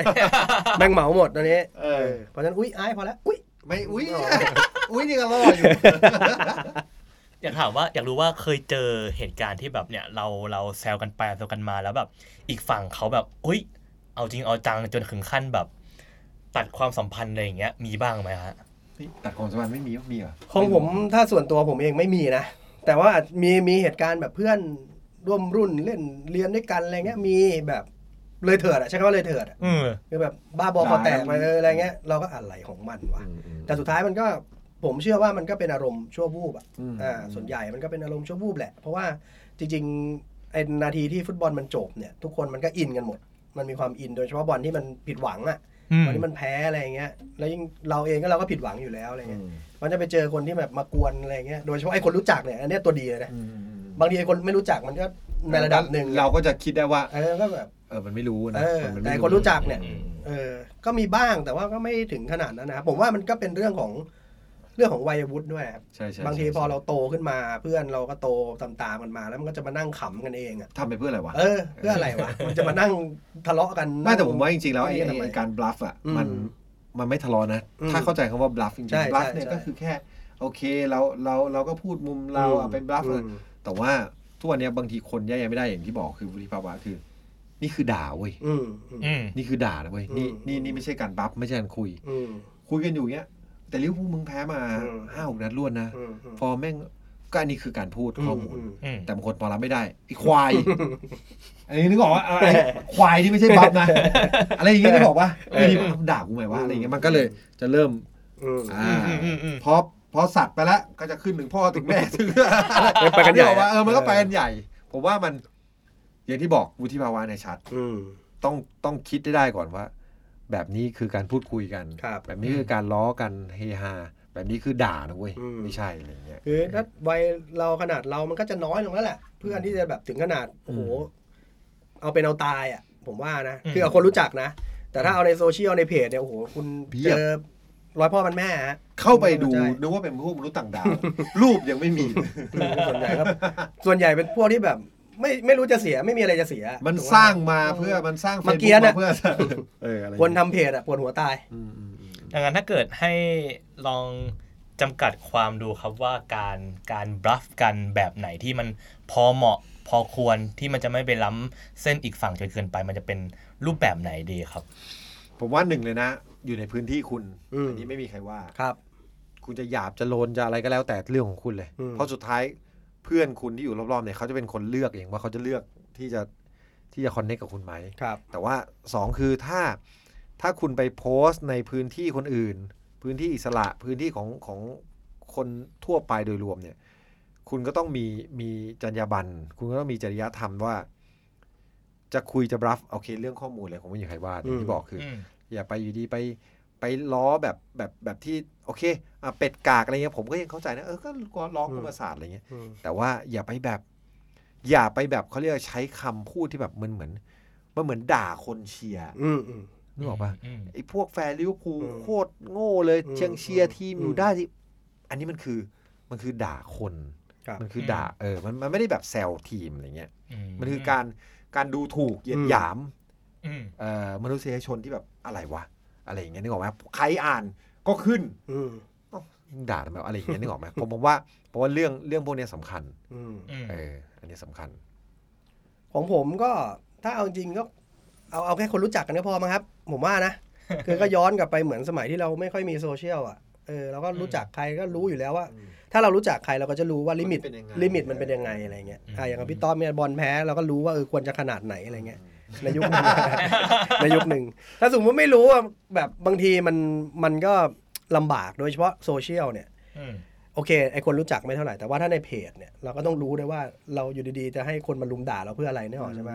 D: แม่งเหมาหมดตอนนี้
C: เออ
D: เพราะฉะนั้นอุ้ยอายพอแล้วอุ้ย
C: ไม่อุ้ย
D: อ๋อ
C: อุ้ยนี่ก็ล่อ อยู่
B: อยากถามว่าอยากรู้ว่าเคยเจอเหตุการณ์ที่แบบเนี่ยเราเราแซวกันไปแซวกันมาแล้วแบบอีกฝั่งเขาแบบเฮ้ย เอาจริงเอาจังจนถึงขั้นแบบ ตัดความสัมพันธ์อะไรอย่างเงี้ยมีบ้างไหมฮะ
C: นี่ตัดความสัมพันธ์ไม่มีวะมีเหรอ
D: ของผมถ้าส่วนตัวผมเองไม่มีนะ แต่ว่ามีมีเหตุการณ์แบบเพื่อนร่วมรุ่นเล่นเรียนด้วยกันอะไรเงี้ยมีแบบเลยเถิดอะใช้คำว่าเลยเถิดอะ
B: อืม
D: คือแบบบ้าบอคอแตกไปเลยอะไรเงี้ยเราก็อะไรของมันวะ
C: อืมอืม
D: แต่สุดท้ายมันก็ผมเชื่อว่ามันก็เป็นอารมณ์ชั่ววูบอ่ะ
C: อืม
D: อ่าส่วนใหญ่มันก็เป็นอารมณ์ชั่ววูบแหละ เพราะว่าจริงๆไอ้นาทีที่ฟุตบอลมันจบเนี่ย ทุกคนมันก็อินกันหมด มันมีความอินโดยเฉพาะบอลที่มันผิดหวังอ่ะ
B: อืม
D: บอลที่มันแพ้อะไรอย่างเงี้ยแล้วยิ่งเราเองก็เราก็ผิดหวังอยู่แล้วอะไร
C: อื
D: เงี้ย
C: ม
D: มันจะไปเจอคนที่แบบมากวนอะไรเงี้ยโดยเฉพาะไอ้คนรู้จักเนี่ยอันเนี้ยตัวดีเลยนะ
C: อืมอืม
D: บางทีไอ้คนไม่รู้จักมันก็ในระดับหนึ่ง
C: เราก็จะคิดได้ว่า
D: เออก็แบบ
C: เออ มันไม่รู้นะ
D: เออ
C: มั
D: แต่
C: ไม่
D: คนรู้จักเนี่ย
B: อืม
D: เออ ก็มีบ้างแต่ว่าก็ไม่ถึงขนาดนั้นนะครับผมว่ามันก็เป็นเรื่องของเรื่องของวัยวุฒิด้วยนะครับ
C: ใช่ใช่
D: บางที
C: ใช่
D: พอ
C: ใช่
D: เราโตขึ้นมาเพื่อนเราก็โตตามๆกันมา แล้วมันก็จะมานั่งขำกันเองอ่ะ
C: ทำไปเพื่ออะไรวะ
D: เออ เพื่ออะไรวะ มันจะมานั่งทะเลาะกัน
C: ไม่แต่ผมว่าจริงๆแล้วไอ้
D: ไม่
C: ไอ้
D: ได้ทำไม
C: ไอ้การ bluff อ่ะ
D: อืม
C: มันมันไม่ทะเลาะนะ
D: อืม
C: ถ้าเข้าใจคำว่า bluff จริง
D: ใช่
C: ๆ bluff
D: ใช่
C: เนี่ย
D: ใช่
C: ก็คือแค่ โอเคเราเราเราก็พูดมุมเราอะไป bluff
D: อื
C: อะ
D: ม
C: แต่ว่าทุกวันเนี้ยบางทีคนแย่ๆไม่ได้อย่างที่บอกคือวุฒิภาวะคือ นี่คือด่าเว้ย
D: อืมอืม
B: อืม
C: นี่คือด่านะเว้ยนี่
D: อืม
C: นี่นี่ไม่ใช่การ bluff ไม่ใช่การคุย
D: อืม
C: คุยกันอยู่เงี้ย แต่ลิเวอร์พูลมึงแพ้มา
D: อืม
C: ห้าหกนัดรวดนะ
D: อืมอืม
C: ฟอร์มแม่งก็อันนี้คือการพูดข้อมูล
D: ม
B: อืม
C: แต่บางคนพอรับไม่ได้ไอ้ควาย อันนี้นึกออกว่าอะไรควายที่ไม่ใช่บัฟนะ อะไรอย่างเงี้ยนึกออกว่า
D: เออ
C: ด่ากูไหมวะอะไรอย่างเงี้ยมันก็เลยจะเริ่ม
D: อืม
C: อ่า
B: อืมอืมอืม
C: พอพอสัตว์ไปแล้วก็จะขึ้นถึงพ่อถึงแม่ถึง
D: ไปกันใหญ่
C: อกว่าเออมันก็ไปกันใหญ่ ผมว่ามัน อย่างที่บอกวุฒิภาวะในยชัด
D: อืม
C: ต้องต้องคิดได้ได้ก่อนว่า แบบนี้คือการพูดคุยกัน
D: ครับ
C: แบบนี้คือการล้อกันเฮฮาแบบนี้คือด่านะเว้ยไม่ใช่อะไรอย่างเงี้ย
D: คือถ้าวัยเราขนาดเรามันก็จะน้อยลงแล้วแหละเพื่อนที่จะแบบถึงขนาดโอ้โหเอาเป็นเอาตายอ่ะ ผมว่านะคือเอาคนรู้จักนะ แต่ถ้าเอาในโซเชียลในเพจเนี่ยโอ้โหคุณ
C: เพียบ
D: เจอร้อยพ่อพันแม่ฮะ
C: เข้าไปดู
D: ใช่
C: นึกว่าเป็นพวกมนุษย์ต่าง ดาว รูปยังไม่มี
D: ส่วนใหญ่ก็ส่วนใหญ่เป็นพวกที่แบบ ไม่ไม่รู้จะเสียไม่มีอะไรจะเสีย
C: มันสร้างมาเพื่อมันสร้าง
D: เมื่อ
C: Facebook
D: กี้น่ะ
C: เพื่อ เอออะไร
D: คนทำเพจอ่ะปวดหัวตาย
C: อืมอืมอืม
B: ดังนั้นถ้าเกิดให้ลองจำกัดความดูครับว่าการการบลัฟกันแบบไหนที่มันพอเหมาะพอควรที่มันจะไม่ไปล้ำเส้นอีกฝั่งจนเกินไป มันจะเป็นรูปแบบไหนดีครับ
C: ผมว่าหนึ่งเลยนะ อยู่ในพื้นที่คุณ
D: อืม
C: นนี้ไม่มีใครว่า
D: ครับ
C: คุณจะหยาบจะโลนจะอะไรก็แล้วแต่เรื่องของคุณเลย
D: อืม
C: เพราะสุดท้ายเพื่อนคุณที่อยู่รอบๆเนี่ยเขาจะเป็นคนเลือกเองว่าเขาจะเลือกที่จะที่จะคอนเนคกับคุณไหม
D: ครับ
C: แต่ว่าสองคือถ้าถ้าคุณไปโพสต์ในพื้นที่คนอื่น พื้นที่อิสระพื้นที่ของของคนทั่วไปโดยรวมเนี่ย คุณก็ต้องมีมีจรรยาบรรณคุณก็ต้องมีจริยธรรมว่า จะคุยจะบรัฟโอเคเรื่องข้อมูลอะไรผมไม่อยู่ใครว่าอย่าง
D: อื
C: ที่
D: ม
C: บอกคือ
B: อืม
C: อย่าไปอยู่ดีไปไปล้อแบบแบบแบบที่โอเคอ่ะเป็ดกากอะไรเงี้ยผมก็ยังเข้าใจนะเออก็ล้อคุณประสาทอะไรเงี้ย
D: อืม
C: แต่ว่าอย่าไปแบบ อย่าไปแบบเขาเรียกว่าใช้คำพูดที่แบบมันเหมือนมันเหมือนด่าคนเชียร์
D: อืมอืม
C: นึกออกปะ
B: ม
C: ไอ้พวกแฟนลิเวอร์พูล
D: อืม
C: โคตรโง่เลย
D: อืม
C: เชียงเชียร์ทีม
D: อืม
C: อยู่ได้ที่อันนี้มันคือมันคือด่าคน
D: ครับ
C: มันคือด่าเออมันมันไม่ได้แบบแซวทีมอะไรเงี้ย
B: อื
C: มันคือการการดูถูกเหยียดหยาม
B: อืม
C: เอ่อมนุษยชนที่แบบอะไรวะอะไรอย่างเงี้ยนึกออกไหมใครอ่านก็ขึ้น
D: อืม
C: ด่าทำไมวะอะไรอย่างเงี้ยนึกออกไหมผมผมว่าเพราะว่าเรื่องเรื่องพวกเนี้ยสำคัญ
D: อืม
B: อืม
C: เอออันนี้สำคัญ
D: ของผมก็ถ้าเอาจริงก็เอาเอาแค่คนรู้จักกันก็พอมั้งครับ ผมว่านะ คือก็ย้อนกลับไปเหมือนสมัยที่เราไม่ค่อยมีโซเชียลอ่ะเออเราก็รู้จักใครก็รู้อยู่แล้วว่า ถ้าเรารู้จักใครเราก็จะรู้ว่าลิมิต
C: มันเป็นยังไง
D: ลิมิตมันเป็นยังไงอะไรเงี้ยอ่ะอย่างกับพี่ต้อมเนี่ยบอลแพ้เราก็รู้ว่าเออควรจะขนาดไหนอะไรเงี้ยในยุคหนึง ในยุคหนึ่งถ้าสมมติไม่รู้อ่ะแบบบางทีมันมันก็ลำบากโดยเฉพาะโซเชียลเนี่ย
B: อืม
D: โอเคไอคนรู้จักไม่เท่าไหร่แต่ว่าถ้าในเพจเนี่ยเราก็ต้องรู้ได้วยว่าเราอยู่ดีๆจะให้คนมาลุมด่าเราเพื่ออะไรเนี่ยหรอใช่ไหม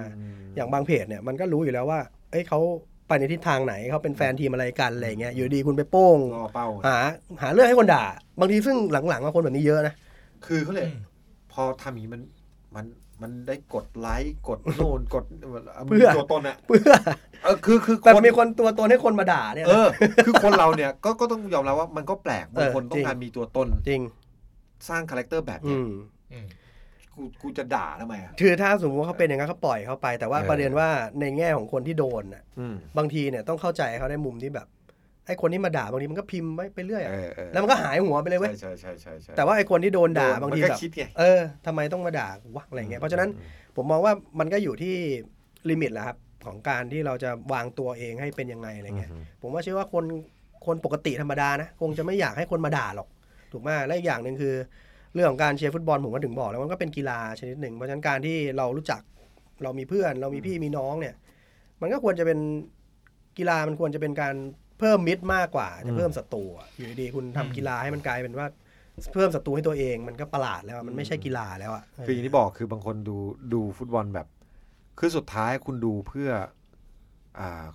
D: อย่างบางเพจเนี่ยมันก็รู้อยู่แล้วว่าเอ้ยเขาไปในทิศทางไหนเขาเป็นแฟนทีมอะไรกันอะไรเงี้ยอยู่ดีคุณไปโป้ง
C: รอเป้า
D: หาหาเรื่องให้คนด่า บางทีซึ่งหลังๆอะคนแบบนี้เยอะนะ
C: คือเขาเลยกพอทำอย่างนี้มันมันมันได้กดไลค์กดโน่น กด
D: เพื่อ
C: ตัวตนอะ
D: เพื่อ
C: เออคือคือ
D: แต่
C: คน
D: มีคนตัวตนให้คนมาด่าเนี่ย
C: เออ
D: นะ
C: คือคนเราเนี่ย ก็ก็ต้องยอมรับว่ามันก็แปลกบางคน
D: เออจ
C: ต้
D: ริ
C: อง งการมีตัวตน
D: จริง
C: สร้างคาแรคเตอร์แบบเนี้
D: อื
C: ย
D: ม
B: อืม
C: กูกูจะด่าทำไมอะ
D: คือถ้าสมมติว่าเขาเป็นอย่างนั้นเขาปล่อยเขาไป แต่ว่า
C: เออ
D: ประเด็นว่าในแง่ของคนที่โดนน่ะ
C: อืม
D: บางทีเนี่ยต้องเข้าใจเขาในมุมที่แบบไอ้คนที่มาด่าบางทีมันก็พิมพ์ไว้ไปเรื่อยอะ
C: เออเออ
D: แล้วมันก็หายหัวไปเลยเว้ย
C: ใช่ใช่ใช่ใช่
D: แต่ว่าไอ้คนที่โดนด่า
C: โน
D: บางที
C: มัน
D: แบบ
C: ก็คิดไง
D: เออทำไมต้องมาด่ากูวะอะไรเงี้ยเพราะฉะนั้นผมมองว่ามันก็อยู่ที่ลิมิตแหละครับของการที่เราจะวางตัวเองให้เป็นยังไงอะไรเงี้ยผมว่าเชื่อว่าคน คนปกติธรรมดานะ คงจะไม่อยากให้คนมาด่าหรอก ถูกไหมและอีกอย่างหนึ่งคือ เรื่องของการเชียร์ฟุตบอลผมก็ถึงบอกแล้วมันก็เป็นกีฬาชนิดหนึ่ง เพราะฉะนั้นการที่เรารู้จักเรามีเพื่อน เรามีพี่มีน้องเนี่ย มันก็ควรจะเป็นกีฬามันควรจะเป็นการเพิ่มมิตรมากกว่าจะเพิ่มศัตรูอะอยู่ดีๆคุณทำกีฬาให้มันกลายเป็นว่า เพิ่มศัตรูให้ตัวเองมันก็ประหลาดแล้วอะมันไม่ใช่กีฬาแล้วอ่ะ
C: คืออย่างที่บอกคือบางคนดูดูฟุตบอลแบบ คือสุดท้ายคุณดูเพื่ออ่า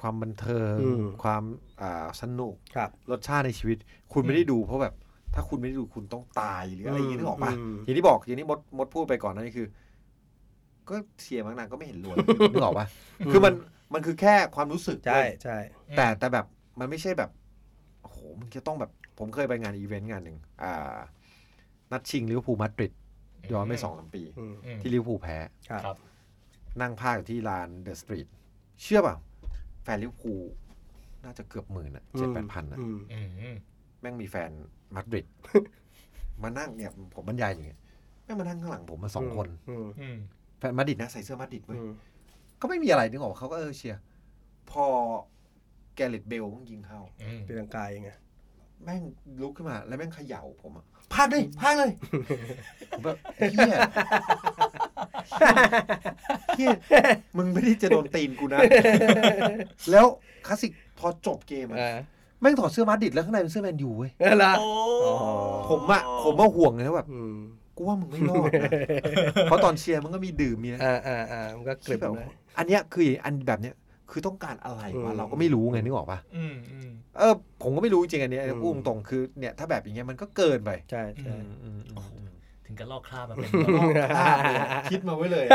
C: ความบันเทิง ความอ่าสนุก
D: ครับ
C: รสชาติในชีวิต คุณไม่ได้ดูเพราะแบบ ถ้าคุณไม่ได้ดูคุณต้องตายหรืออะไรอย่างนี้
D: อืม
C: นึกออกปะ
D: อืม
C: อย่างที่บอกอย่างที่มดมดพูดไปก่อนหนั่นคือ ก็เชียร์บางนางก็ไม่เห็นรวย นึกออกปะคือมันมันคือแค่ความรู้สึก
D: ใช่
C: เว้ย
D: ใช่
C: แต่แต่แบบมันไม่ใช่แบบโอ้โหมันจะต้องแบบผมเคยไปงานอีเวนต์งานหนึ่งอ่า นัดชิงลิเวอร์พูลมาดริดย้อนไปสองสามปี
D: อืม
B: อืม
C: ที่ลิเวอร์พูลแพ้
D: ครับ
B: ครับ
C: นั่งภาคอยู่ที่ลานเดอะสตรีทเชื่อป่ะ แฟนลิเวอร์พูลน่าจะเกือบหมื่นอะเจ็ดแปดพันอะ
D: อืม
B: อืม
C: แม่งมีแฟนมาดริ ด มานั่งเนี่ยผมบรรยายอย่างเงี้ยแม่งมานั่งข้างหลังผมมาสองคน
D: อืม
B: อืม
C: แฟนมาดริดนะใส่เสื้อมาดริดเว้
D: อื
C: ย
D: ม
C: ก็ไม่มีอะไรนึกออกปะเขาก็เออเชียร์พอแกเรตเบลยิงเข้า
B: อืม
D: ตีลังกายยังไง
C: แม่งลุกขึ้นมา แล้วแม่งเขย่าผมอะพากเลยพากเลยผมแบบเฮียเฮียมึงไม่ได้จะโดนตีนกูนะ แล้วคลาสสิกพอจบเกมอะ
D: อ่า
C: แม่งถอดเสื้อมาดริดแล้วข้างในเป็นเสื้อแมนยูเว้ย
D: นั่นละ
B: โอ้
D: อ๋อ
C: ผมอะผมว่าห่วงเลยนะแบบ
D: อืม
C: กูว่ามึงไม่รอดนะเพราะตอนเชียร์มันก็มีดื่มมีอะไร
D: อ่าอ่าอ่ามันก็เก
C: คื
D: ลิ
C: อบ แบบ
D: นะ
C: อันเนี้ยคืออันแบบเนี้ยคือต้องการอะไร
D: อื
C: วะ
D: ม
C: เราก็ไม่รู้ไงนึกออกปะ
B: อืมอืม
C: เออผมก็ไม่รู้จริงๆอันเนี้ย
D: อืม
C: พูดตรงๆคือเนี่ยถ้าแบบอย่างเงี้ยมันก็เกินไป
D: ใช่ใช่
C: อืมอืมอืม
B: ถึงกับลอกคราบมาเป็น
E: คิดมาไว้เลย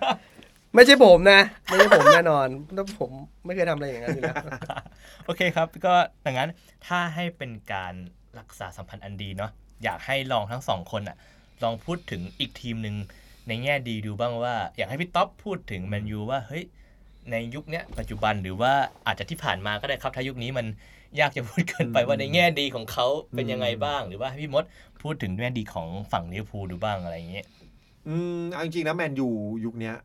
D: ไม่ใช่ผมนะ ไม่ใช่ผมแน่น อนแล้วผมไม่เคยทำอะไรอย่างนั้นอยู่แล้ว
B: โอเคครับ ก็ดังนั้นถ้าให้เป็นการรักษาสัมพันธ์อันดีเนาะอยากให้ลองทั้งสองคนอะลองพูดถึงอีกทีมหนึ่งในแง่ดีดูบ้างว่า อยากให้พี่ท็อปพูดถึงแมนยูว่าเฮ้ยในยุคเนี้ยปัจจุบันหรือว่าอาจจะที่ผ่านมาก็ได้ครับ ถ้ายุคนี้มันยากจะพูดเกินไปว่าในแง่ดีของเขาเป็นยังไงบ้าง หรือว่าให้พี่มดพูดถึงแง่ดีของฝั่งลิเวอร์พูลดูบ้างอะไรอย่างเงี้ย
C: อืมเอาจริงๆนะแมนยูยุคเนี้ย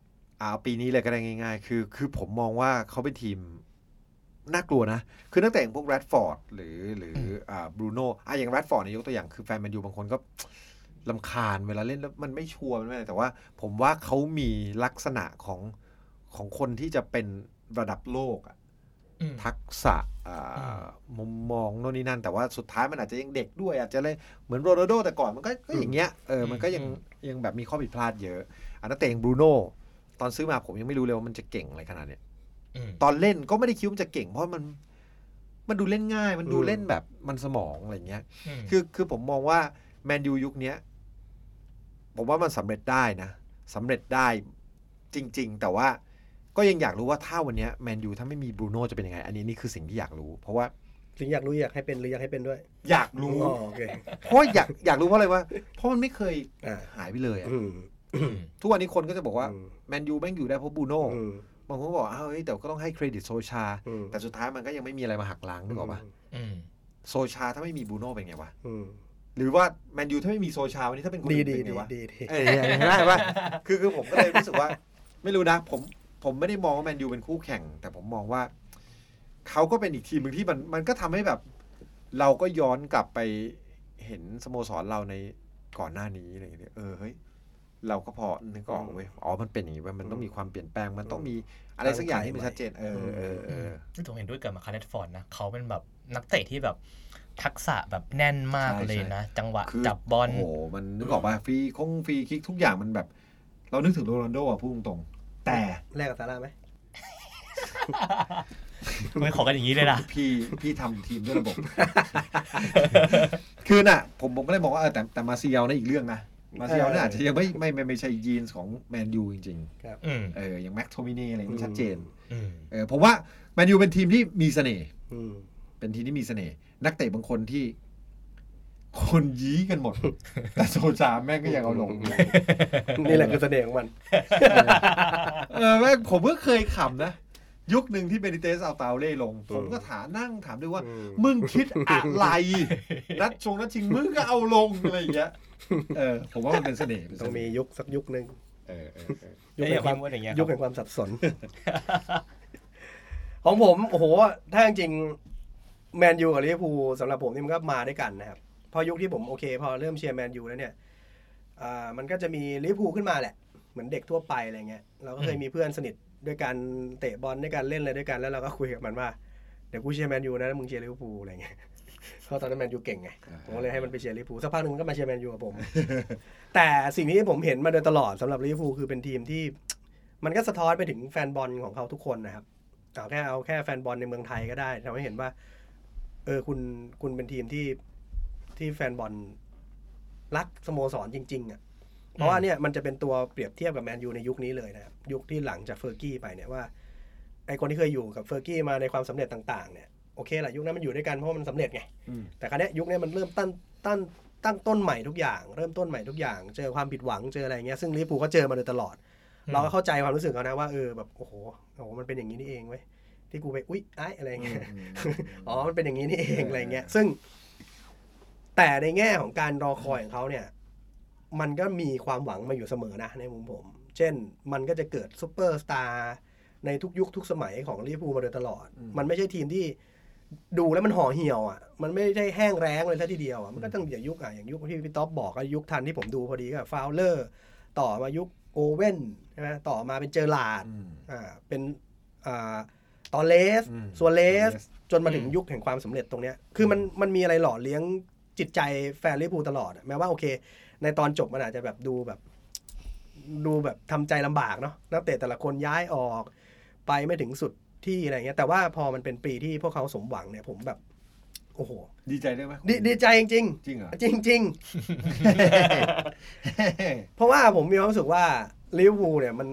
C: อ่าเอาปีนี้เลยก็ได้ง่าย ๆ คือ คือผมมองว่าเขาเป็นทีมน่ากลัวนะ คือตั้งแต่อย่างพวกแรดฟอร์ดหรือหรืออ่าบรูโน่อ่ะอย่างแรดฟอร์ดเนี่ยยกตัวอย่างคือแฟนแมนยูบางคนก็ลำคาญเวลาเล่นแล้วมันไม่ชัวร์มันไม่อะไรแต่ว่าผมว่าเขามีลักษณะของของคนที่จะเป็นระดับโลกอะ ทักษะอ่า
B: อืม
C: มุมมองโน่นนี่นั่น แต่ว่าสุดท้ายมันอาจจะยังเด็กด้วย อาจจะเลยเหมือนโรนัลโดแต่ก่อนมันก็ก็อย่างเงี้ยเออมันก็ยังยังแบบมีข้อผิดพลาดเยอะอันนั้นแต่อย่างบรูโน่ตอนซื้อมาผมยังไม่รู้เลยว่ามันจะเก่งอะไรขนาดเนี้ยตอนเล่นก็ไม่ได้คิดว่ามันจะเก่ง เพราะมันมันดูเล่นง่าย มันดูเล่นแบบมันสมองอะไรเงี้ย คือคือผมมองว่าแมนยูยุคเนี้ย ผมว่ามันสำเร็จได้นะสำเร็จได้จริง ๆ แต่ว่าก็ยังอยากรู้ว่าถ้าวันเนี้ยแมนยูถ้าไม่มีบรูโน่จะเป็นยังไง อันนี้นี่คือสิ่งที่อยากรู้ เพราะว่า
D: หรืออยากรู้อยากให้เป็นหรืออยากให้เป็นด้วย
C: อยากรู้
D: อ๋อโอเค
C: เพราะอยากอยากรู้เพราะอะไรวะเพราะมันไม่เคย
D: อ่า
C: หายไปเลยอะ
D: อืม
C: ทุกวันนี้คนก็จะบอกว่า
D: อืม
C: แมนยูแม่งอยู่ได้เพราะบรูโน่
D: อืม
C: บางคนก็บอกอ้าวเฮ้ยแต่ก็ต้องให้เครดิตโซลชาร์
D: อืม
C: แต่สุดท้ายมันก็ยังไม่มีอะไรมาหักล้างนึกออกปะโซลชาร์ถ้าไม่มีบรูโน่เป็นไงวะ
D: อืม
C: หรือว่าแมนยูถ้าไม่มีโซลชาร์วันนี้ถ้าเป็นคน
D: ดี
C: อื่นเป็น
D: ดีดี
C: ไงวะ
D: ดีดี
C: เออเห็นไหมว่าคือคือผมก็เลยรู้สึกว่า ไม่รู้นะ ผมผมไม่ได้มองว่าแมนยูเป็นคู่แข่ง แต่ผมมองว่าเขาก็เป็นอีกทีมหนึ่งที่มันมันก็ทำให้แบบ เราก็ย้อนกลับไปเห็นสโมสรเราในก่อนหน้านี้อะไรอย่างเงี้ยเออเฮ้ยเราก็พอนึกออกเว้ยอ๋อมันเป็นอย่างนี้เว้ยมันต้องมีความเปลี่ยนแปลงมันต้องมีอะไรสักอย่างที่มันชัดเจนเออเออเออ
B: ที่ผมเห็นด้วยกับมาคาร์เนตฟอร์ดนะเขาเป็นแบบนักเตะที่แบบทักษะแบบแน่นมาก
C: ใช่
B: เลยนะ จังหวะ
C: คือ
B: จับบอล
C: โอ้โหมันนึกออกป่ะฟรีคงฟรีคิกทุกอย่างมันแบบ เรานึกถึงโรนัลโดอ่ะพูดตรงๆแต่
D: แลกกับซาร่าไหม
B: ไม่ขอกันอย่างนี้เลยนะ
C: พี่พี่ทำทีมด้วยระบบ คือน่ะ ผมผมก็เลยบอกว่าเออแต่แต่มาเซียลนี่อีกเรื่องนะ มาเซียลนี่อาจจะยังไม่ไม่ไม่ไม่ใช่ยีนส์ของแมนยูจริง
B: อืม
C: ๆ เอออย่างแม็กโทมินีอะไรอย่างนี้ชัดเจน
B: อืม
C: เออผมว่าแมนยูเป็นทีมที่มีเสน่ห์
D: อืม
C: เป็นทีมที่มีเสน่ห์ นักเตะบางคนที่ คนยี้กันหมด แต่โซชาแม่งก็ยังเอาลง
D: นี่แหละคือเสน่ห์ของมัน
C: เออแม่งผมก็เคยขำนะ ยุคหนึ่งที่เบนิเตสเอาเตาเล่ลง ผมก็ถามนั่งถามด้วยว่า
D: อืม
C: มึงคิด อะไร นัดชงนัดชิงมึงก็เอาลง อะไรอย่างเงี้ยเออ ผมว่ามันเป็นเสน่ห์เป็น
D: ต้
C: เส
D: องมี
C: น่ห์
D: ยุคสักยุคหนึ่ง
C: เออเออเออ
D: ยุค
B: เอ้ยอ
D: แห่
B: ย่าง งพี่
D: ความ
B: พูดอย่างเงี้ย
D: ยุค แห่งความสับสน ของผม โอ้โห ถ้าจริงๆ แมนยูกับลิเวอร์พูลสำหรับผมนี่มันก็มาด้วยกันนะครับ พอยุคที่ผมโอเค พอเริ่มเชียร์แมนยูแล้วเนี่ยอ่ามันก็จะมีลิเวอร์พูลขึ้นมาแหละ เหมือนเด็กทั่วไปอะไรเงี้ยเราก็เคยมีเพื่อนสนิทด้วยกันเตะบอลด้วยกันเล่นอะไรด้วยกันแล้วเราก็คุยกับมันว่าเดี๋ยวกูเชียร์แมนยูนะแล้วมึงเชียร์ลิเวอร์พูลอะไรเงี้ย เพราะตอนนั้นแมนยูเก่งไงผมก็เลยให้มันไปเชียร์ลิเวอร์พูลสักพักหนึ่งมันก็มาเชียร์แมนยูกับผม แต่สิ่งที่ผมเห็นมาโดยตลอดสำหรับลิเวอร์พูลคือเป็นทีมที่ มันก็สะท้อนไปถึงแฟนบอลของเขาทุกคนนะครับเอาแค่เอาแค่แฟนบอลในเมืองไทยก็ได้ทำให้เห็นว่า เออคุณคุณเป็นทีมที่ที่แฟนบอลรักสโมสรจริง ๆ อ่ะ เพราะว่าเนี่ยมันจะเป็นตัวเปรียบเทียบกับแมนยูในยุคนี้เลยนะครับ ยุคที่หลังจากเฟอร์กี้ไปเนี่ยว่า ไอคนที่เคยอยู่กับเฟอร์กี้มาในความสำเร็จต่างๆ เนี่ยโอเคแหละยุคนั้นมันอยู่ด้วยกันเพราะว่ามันสำเร็จไง
F: อืม
D: แต่ครั้นี้ยยุคเนี้ยมันเริ่มตั้นตั้นตั้งต้นใหม่ทุกอย่าง เริ่มต้นใหม่ทุกอย่าง เจอความผิดหวังเจออะไรเงี้ยซึ่งลิเวอร์พูลก็เจอมาโดยตลอด เราก็เข้าใจความรู้สึกเขานะว่าเออแบบโอ้โหโอ้โหมันเป็นอย่างนี้นี่เองเว้ยที่กูไปอุ๊ยไอ้ายอะไรเงี้ย อ๋อ มันเป็นอย่างนี้นี่เองอะไรเงี้ย ซึ่ง แต่ในแง่ของการรอคอยของเขาเนี่ย มันก็มีความหวังมาอยู่เสมอนะในมุมผม เช่น มันก็จะเกิดซูเปอร์สตาร์ในทุกยุคทุกสมัยของลิเวอร์พูลมาโดยตลอด
F: อืม
D: มันไม่ใช่ทีมที่ดูแล้วมันห่อเหี่ยวอ่ะ มันไม่ได้แห้งแรงเลยซะทีเดียวอ่ะ มันก็ต้องอย่างยุคอ่ะอย่างยุคที่พี่ต๊อบบอกก็ยุคทันที่ผมดูพอดีก็ฟาวเลอร์ ต่อมายุคโอเว่นใช่ไหมต่อมาเป็นเจอร์ลาร์ด อ่าเป็นอ่าตอเลส
F: อืม
D: ซัวเลส
F: Suarez
D: จนมาถึงยุคแห่งความสำเร็จตรงเนี้ยคือมันมันมีอะไรหล่อเลี้ยงจิตใจแฟนลิเวอร์พูลตลอดอะแม้ว่าโอเค ในตอนจบมันอาจจะแบบดูแบบ ดูแบบทำใจลำบากเนาะนักเตะแต่ละคนย้ายออก ไปไม่ถึงสุดที่อะไรเงี้ยแต่ว่าพอมันเป็นปีที่พวกเขาสมหวังเนี่ยผมแบบ โอ้โห
C: ดีใจด้วยไหม
D: ดีดีใจจริง
C: จริงเหรอ
D: ๆ จริง ๆ เพราะว่าผมมีความรู้สึกว่าลิเวอร์พูลเนี่ยมัน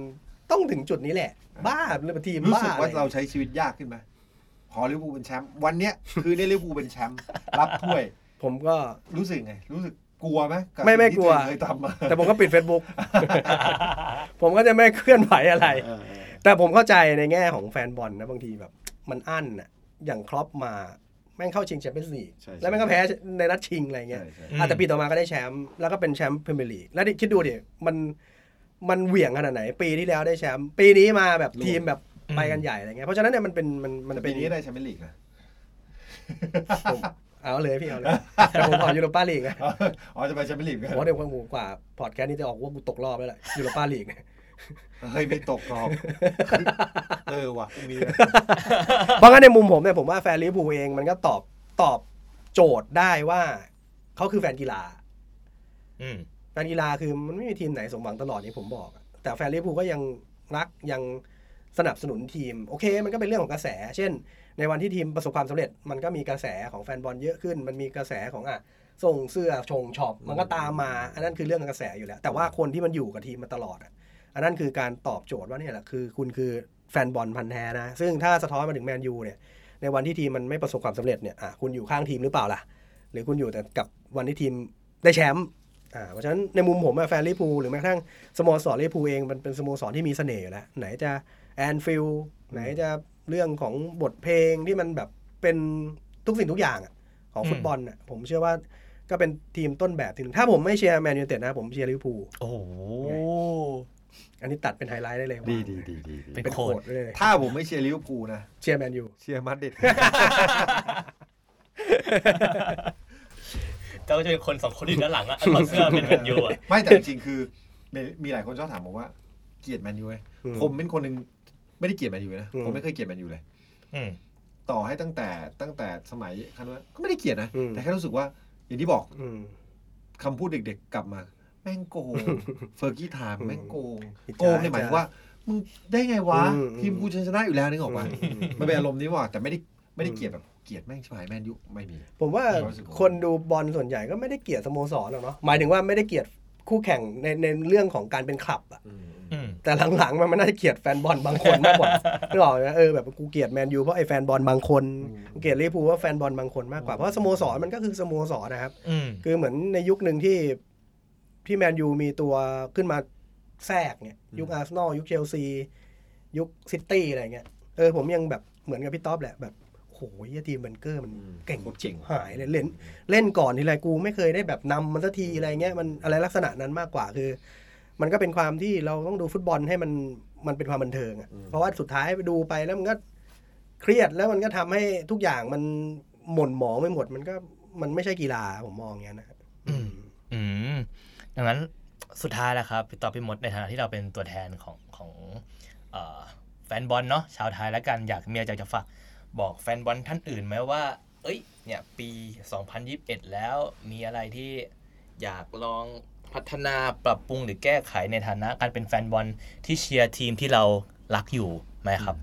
D: ต้องถึงจุดนี้แหละ บ้าเลยทีม
F: รู้
D: บ้า
F: สึก
D: อะ
F: ว่า
D: ไร
F: เราใช้ชีวิตยากขึ้นไหมพอลิเวอร์พูลเป็นแชมป์วันเนี้ยคือได้ลิเวอร์พูลเป็นแชมป์รับถ้วย
D: ผมก็
F: รู้สึกไง รู้สึกกลัวไหมบ
D: ไม่ไม่
F: สิ่งที่
D: กลัว
F: ตัวเองเคยทำมา
D: แต่ผมก็ปิด Facebook ผมก็จะไม่เคลื่อนไหวอะไร
F: เออเออ
D: แต่ผมเข้าใจในแง่ของแฟนบอลนะบางทีแบบ มันอั้นอะอย่างครอปมาแม่งเข้าชิงแชมเปี้ยนส์ลีก
F: ใช่
D: แล้วแม่งก็แพ้ในนัดชิงอะไรเงี้ย
F: ใช่ใช่
B: อืม
D: อาจจะแต่ปีต่อมาก็ได้แชมป์แล้วก็เป็นแชมป์พรีเมียร์ลีกแล้วนี่คิดดูดิมันมันเหวี่ยงขนาดไหน ปีที่แล้วได้แชมป์ปีนี้มาแบบทีมแบบไปกันใหญ่อะไรเงี้ยเพราะฉะนั้นเนี่ยมันเป็นมันมัน
F: แต่
D: เป็
F: ปี
D: น
F: นี้ได้แชมเปี้ยนลีก นะ
D: ผมเอาเลยพี่เอาเลย แต่ผมขอยูโรปาลีกนะ
F: อ๋อจะไปแชมเปี้ยนลีกกัน
D: เพราะเดี๋ยวผมกว่าพอดแคสต์นี้จะออกว่ากูตกรอบแล้วแหละยูโรปาลีกเนี่ย
F: เฮ้ยไม่ตกหร อกเออว่ะพรุ่งนี้นะ
D: เพราะงั้นในมุมผมเนี่ยผมว่าแฟนลิเวอร์พูลเองมันก็ตอบตอบโจทย์ได้ว่าเขาคือแฟนกีฬา
B: อืม
D: แฟนกีฬาคือมันไม่มีทีมไหนสมหวังตลอดอย่างที่ผมบอกอะแต่แฟนลิเวอร์พูลก็ยังรักยังสนับสนุนทีม โอเค มันก็เป็นเรื่องของกระแส เช่น ในวันที่ทีมประสบความสำเร็จ มันก็มีกระแสของแฟนบอลเยอะขึ้น มันมีกระแสของอ่ะส่งเสื้อชงช็อปมันก็ตามมา อันนั้นคือเรื่องของกระแสอยู่แล้ว แต่ว่าคนที่มันอยู่กับทีมมาตลอดอะอันนั้นคือการตอบโจทย์ว่าเนี่ยแหละคือคุณคือแฟนบอลพันธุ์แท้นะ ซึ่งถ้าสะท้อนมาถึงแมนยูเนี่ยในวันที่ทีมมันไม่ประสบความสำเร็จเนี่ยอ่ะคุณอยู่ข้างทีมหรือเปล่าล่ะ หรือคุณอยู่แต่กับวันที่ทีมได้แชมป์ อ่าเพราะฉะนั้นในมุมผมอะแฟนลิเวอร์พูลหรือแม้กระทั่งสโมสรลิเวอร์พูลเองมันเป็นสโมสรที่มีเสน่ห์อยู่แล้วไหนจะแอนฟิลด์ไหนจะเรื่องของบทเพลงที่มันแบบเป็นทุกสิ่งทุกอย่างอะของฟุตบอลอะผมเชื่อว่าก็เป็นทีมต้นแบบทีมหนึงถ้าผมไม่เชียร์แมนยูไนเต็ดนะ ผมเชียร์ลิเวอร์พูล
B: โอ้โห
D: อันนี้ตัดเป็นไฮไลท์ได้เลยว่า
F: ดีดีดีดีดี
B: เป็น
D: เป็น
B: โค
D: โค
B: ต
D: ต
B: ร
D: รเลย
F: ถ้าผมไม่เชียร์ลิเวอร์พูลนะ
D: เชียร์แมนยู
F: เชียร์มาดริด
B: เจ้าจะเป็นคนสองคนอยู่ด้านหลังอะถอดเสื้อเป็นแมนยูอะ
F: ไม่แต่จริงๆคือมีมีหลายคนชอบถามผมว่าเกลียดแมนยูไหม
D: อื
F: ผมเป็นคนหนึ่งไม่ได้เกลียดแมนยูนะ
D: อืม
F: ผมไม่เคยเกลียดแมนยูเลย
B: อืม
F: ต่อให้ตั้งแต่ตั้งแต่สมัยคันว่าก็ไม่ได้เกลียดนะ
D: อืม
F: แต่แค่รู้สึกว่าอย่างที่บอก
D: อืม
F: คำพูดเด็กๆกลับมา แม่งโก งเฟอร์กี้ถามแม่งโกง
D: อิจฉา
F: โกงเนี่ยหมายถึงว่ามึงได้ไงวะ
D: อืม
F: ทีมกูชนะอยู่แล้วนึกออกปะ
D: อืม
F: มันเป็นอารมณ์นี้ว่ะแต่ไม่ได้ไม่ได้เกลียดแบบเกลียดแม่งชิบหายแมนยุไม่มี
D: ผมว่า
F: ความรู้สึกผม
D: คนดูบอลส่วนใหญ่ก็ไม่ได้เกลียดสโมสรหรอกเนาะหมายถึงว่าไม่ได้เกลียดคู่แข่งในในเรื่องของการเป็นคลับอะ
B: อืม
D: แต่หลังๆมันมันน่าจะเกลียดแฟนบอลบางคนมากก ว่า นึกออกไหมเออแบบกูเกลียดแมนยูเพราะไอ้แฟนบอลบางคนกูเกลียดลิเวอร์พูลว่าะแฟนบอลบางคนมากกว่าเพราะสโมสรมันก็คือสโมสรนะครับ
B: อืม
D: คือเหมือนในยุคหนึ่งที่ที่แมนยูมีตัวขึ้นมาแทรกเนี่ยยุคอาร์เซนอลยุคเชลซี ยุคซิตี้อะไรเงี้ยเออผมยังแบบเหมือนกับพี่ต๊อบแหละแบบโหยทีมเบนเกอร์มันเก่ง
F: โคตรเก่
D: จิ๋
F: ง
D: หายเลยเล่นเล่นก่อนทีไรกูไม่เคยได้แบบนำมันสักทีอะไรเงี้ยมันอะไรลักษณะนั้นมากกว่าคือ มันก็เป็นความที่เราต้องดูฟุตบอลให้มันมันเป็นความบันเทิงอะเพราะว่าสุดท้ายดูไปแล้วมันก็เครียดแล้วมันก็ทำให้ทุกอย่างมัน หม่นหมองไม่หมดมันก็มันไม่ใช่กีฬาผมมองอย่างนั้นนะ
B: อืม อืมดังนั้นสุดท้ายแล้วครับพี่ต่อพี่มดในฐานะที่เราเป็นตัวแทนของของเออแฟนบอลเนาะชาวไทยแล้วกันอยากมีอะไรอยากจะฝากบอกแฟนบอลท่านอื่นไหมว่า เอ้ย เนี่ย ปี 2021 แล้วมีอะไรที่อยากลองพัฒนาปรับปรุงหรือแก้ไขในฐานะการเป็นแฟนบอลที่เชียร์ทีมที่เรารักอยู่ไหมครับ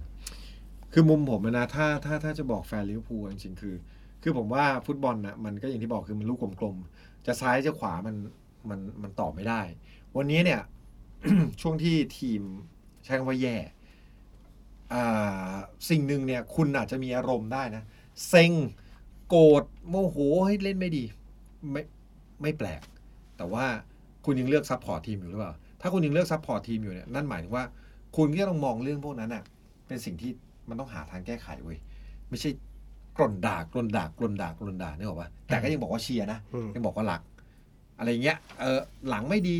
C: คือมุมผมอะนะถ้าถ้าถ้าจะบอกแฟนลิเวอร์พูลจริงๆคือ คือผมว่าฟุตบอลนะมันก็อย่างที่บอกคือมันลูกกลมๆ จะซ้ายจะขวามันมันมันตอบไม่ได้ วันนี้เนี่ย ช่วงที่ทีมใช้คำว่าแย่อ่าสิ่งหนึ่งเนี่ย คุณอาจจะมีอารมณ์ได้นะ เซ็งโกรธโมโหให้ยเล่นไม่ดี ไม่ไม่แปลก แต่ว่าคุณยังเลือกซัพพอร์ตทีมอยู่หรือเปล่า ถ้าคุณยังเลือกซัพพอร์ตทีมอยู่เนี่ยนั่นหมายถึงว่า คุณก็ต้องมองเรื่องพวกนั้นอ่ะ เป็นสิ่งที่มันต้องหาทางแก้ไขเว้ยไม่ใช่กล่นด่ากล่นด่ากล่นด่ากล่นด่าเนี่ยหรอวะแต่ก็ยังบอกว่าเชียร์นะ
D: อืม
C: ยังบอกว่าหลัก อะไรเงี้ย เออหลังไม่ดี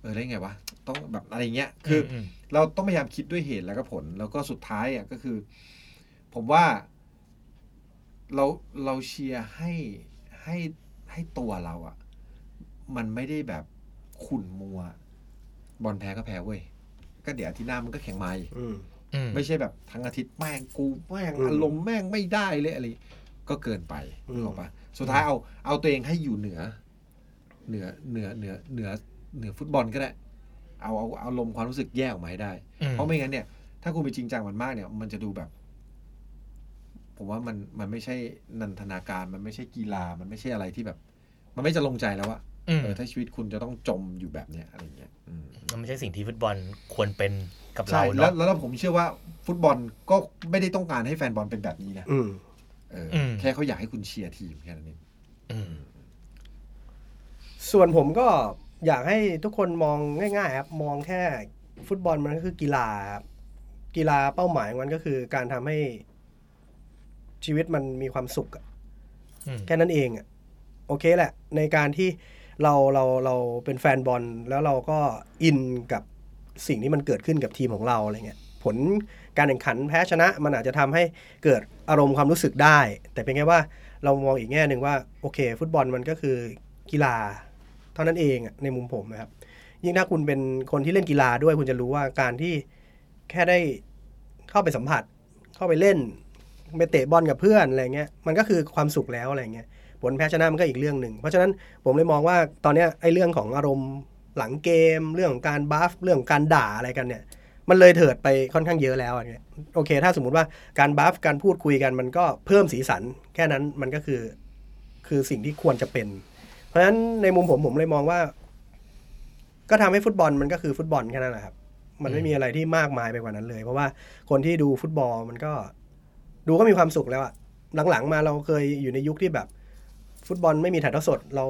C: เออได้ไงวะ ต้องแบบอะไรเงี้ย คืออ
B: ม
C: เราต้องพยายามคิดด้วยเหตุแล้วก็ผล แล้วก็สุดท้ายอ่ะก็คือ ผมว่า เราเราเชียร์ให้ให้ให้ตัวเราอ่ะ มันไม่ได้แบบขุ่นมัว บอลแพ้ก็แพ้เว้ย ก็เดี๋ยวอาที่หน้ามันก็แข่งใหม่
D: อืม
B: อืม
C: ไม่ใช่แบบทั้งอาทิตย์แม่งกูแม่ง
D: อืม
C: อารมณ์แม่งไม่ได้เลยอะไรก็เกินไป
D: อืม
C: นึกออกปะสุดท้ายเอาเอาตัวเองให้อยู่เหนือ เหนือเหนือเหนือเหนือเหนือฟุตบอลก็ได้ เอาเอาเอาอารมณ์ความรู้สึกแย่ออกมาให้ได้
B: อืม
C: เพราะไม่งั้นเนี่ย ถ้าคุณไปจริงจังมันมากเนี่ย มันจะดูแบบ ผมว่ามันมันไม่ใช่นันทนาการ มันไม่ใช่กีฬา มันไม่ใช่อะไรที่แบบ มันไม่จะลงใจแล้วอะ
B: อืม
C: เออถ้าชีวิตคุณจะต้องจมอยู่แบบเนี้ยอะไรเงี้ยอืม
B: มันไม่ใช่สิ่งที่ฟุตบอลควรเป็นกับ
C: ใช่
B: เราเน
C: แล้ว
B: อะ
C: แล้วผมเชื่อว่าฟุตบอลก็ไม่ได้ต้องการให้แฟนบอลเป็นแบบนี้นะ
D: อืม
C: เออ
B: ม
C: แค่เขาอยากให้คุณเชียร์ทีมแค่นั้นเอง
B: อืม
D: ส่วนผมก็อยากให้ทุกคนมองง่ายๆครับมองแค่ฟุตบอลมันก็คือกีฬาครับกีฬาเป้าหมายของมันก็คือการทำให้ชีวิตมันมีความสุขอะ
B: อืม
D: แค่นั้นเองอะโอเคแหละ ในการที่เราเราเราเป็นแฟนบอลแล้วเราก็อินกับสิ่งที่มันเกิดขึ้นกับทีมของเราอะไรเงี้ยผลการแข่งขันแพ้ชนะ มันอาจจะทำให้เกิดอารมณ์ความรู้สึกได้ แต่เป็นแค่ว่าเรามองอีกแง่หนึ่งว่าโอเค ฟุตบอลมันก็คือกีฬา เท่านั้นเองอะในมุมผมนะครับ ยิ่งถ้าคุณเป็นคนที่เล่นกีฬาด้วยคุณจะรู้ว่าการที่แค่ได้เข้าไปสัมผัส เข้าไปเล่น ไปเตะบอลกับเพื่อนอะไรเงี้ยมันก็คือความสุขแล้วอะไรเงี้ยผลแพ้ชนะมันก็อีกเรื่องหนึ่งเพราะฉะนั้นผมเลยมองว่าตอนเนี้ยไอ้เรื่องของอารมณ์หลังเกม เรื่องของการบัฟเรื่องของการด่าอะไรกันเนี่ย มันเลยเถิดไปค่อนข้างเยอะแล้วอะไรเงี้ยโอเค ถ้าสมมุติว่าการบัฟการพูดคุยกันมันก็เพิ่มสีสัน แค่นั้นมันก็คือคือสิ่งที่ควรจะเป็น เพราะฉะนั้นในมุมผมผมเลยมองว่า ก็ทำให้ฟุตบอลมันก็คือฟุตบอลแค่นั้นแหละครับ มันไม่มีอะไรที่มากมายไปกว่านั้นเลย เพราะว่าคนที่ดูฟุตบอลมันก็ ดูก็มีความสุขแล้วอะหลังๆมาเราเคยอยู่ในยุคที่แบบ ฟุตบอลไม่มีถ่ายทอดสด เรา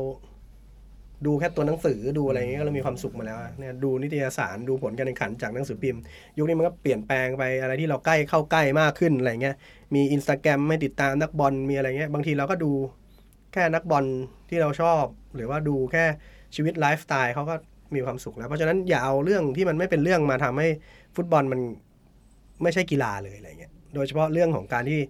D: ดูแค่ตัวหนังสือดูอะไรอย่างเงี้ยก็เรามีความสุขมาแล้วอะเนี่ยดูนิตยสารดูผลการแข่งขันจากหนังสือพิมพ์ ยุคนี้มันก็เปลี่ยนแปลงไปอะไรที่เราใกล้เข้าใกล้มากขึ้นอะไรเงี้ยมีอินสตาแกรมให้ติดตามนักบอลมีอะไรเงี้ยบางทีเราก็ดู แค่นักบอลที่เราชอบ หรือว่าดูแค่ชีวิตไลฟ์สไตล์เขาก็มีความสุขแล้ว เพราะฉะนั้นอย่าเอาเรื่องที่มันไม่เป็นเรื่องมาทำให้ฟุตบอลมันไม่ใช่กีฬาเลยอะไรเงี้ยโดยเฉพาะเรื่องของการที่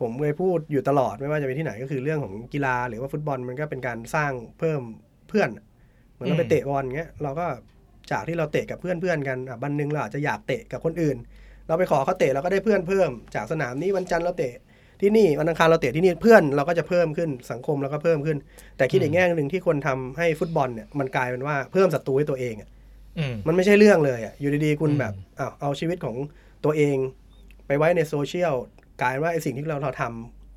D: ผมเคยพูดอยู่ตลอดไม่ว่าจะไปที่ไหนก็คือเรื่องของกีฬา หรือว่าฟุตบอลมันก็เป็นการสร้างเพิ่มเพื่อน เหมือนเราไป
B: อืม
D: เตะบอลเงี้ยเราก็จากที่เราเตะกับเพื่อนเพื่อนๆกันอ่ะวันหนึงเราอาจจะอยากเตะกับคนอื่น เราไปขอเขาเตะเราก็ได้เพื่อนเพิ่ม จากสนามนี้วันจันทร์เราเตะ ที่นี่วันอังคารเราเตะที่นี่เพื่อนเราก็จะเพิ่มขึ้นสังคมเราก็เพิ่มขึ้น แต่คิดอีกแง่หนึ่งที่คนทำให้ฟุตบอลเนี่ยมันกลายเป็นว่าเพิ่มศัตรูให้ตัวเองอะ
B: อืม
D: มันไม่ใช่เรื่องเลยอะอยู่ดีๆคุณ
B: อืม
D: แบบอ้าวเอาชีวิตของตัวเอง ไปไว้ในโซเชียลกลายเป็นว่าไอ้สิ่งที่เราเราท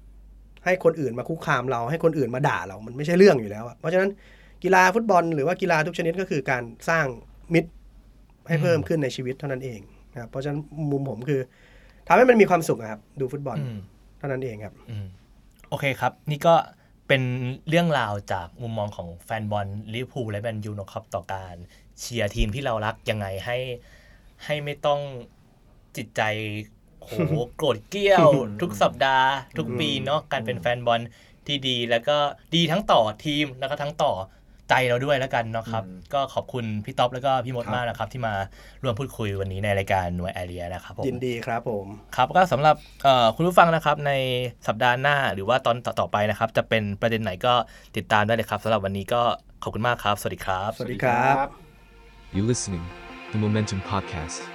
D: ำให้คนอื่นมาคุกคามเราให้คนอื่นมาด่าเรามันไม่ใช่เรื่องอยู่แล้วอะเพราะฉะนั้นกีฬาฟุตบอลหรือว่ากีฬาทุกชนิดก็คือการสร้างมิตรให้เพิ่มขึ้นในชีวิตเท่านั้นเองนะครับเพราะฉะนั้นมุมผมคือทำให้มันมีความสุขอะครับดูฟุตบอล
B: อืม
D: เท่านั้นเองครับ
B: อืมโอเคครับ นี่ก็เป็นเรื่องราวจากมุมมองของแฟนบอลลิเวอร์พูลและแมนยูนะครับต่อการเชียร์ทีมที่เรารักยังไงให้ให้ไม่ต้องจิตใจโห โกรธเกรี้ยว ทุกสัปดาห์ ทุกปีเนาะการเป็นแฟนบอลที่ดีแล้วก็ดีทั้งต่อทีมแล้วก็ทั้งต่อ ใจเราด้วยแล้วกันเนาะครับ
C: อืม
B: ก็ขอบคุณพี่ต๊อบแล้วก็พี่มด
C: ครับ
B: มากนะครับ ที่มาร่วมพูดคุยวันนี้ในรายการหน่วยแอเรียนะครับผม
D: ยินดีครับผม
B: ครับก็สำหรับเอ่อคุณผู้ฟังนะครับในสัปดาห์หน้าหรือว่าตอนต่อๆไปนะครับ จะเป็นประเด็นไหนก็ติดตามได้เลยครับสำหรับวันนี้ก็ขอบคุณมากครับ สวัสดีครับ
D: สวัสดีครับ
A: You listening, the Momentum Podcast.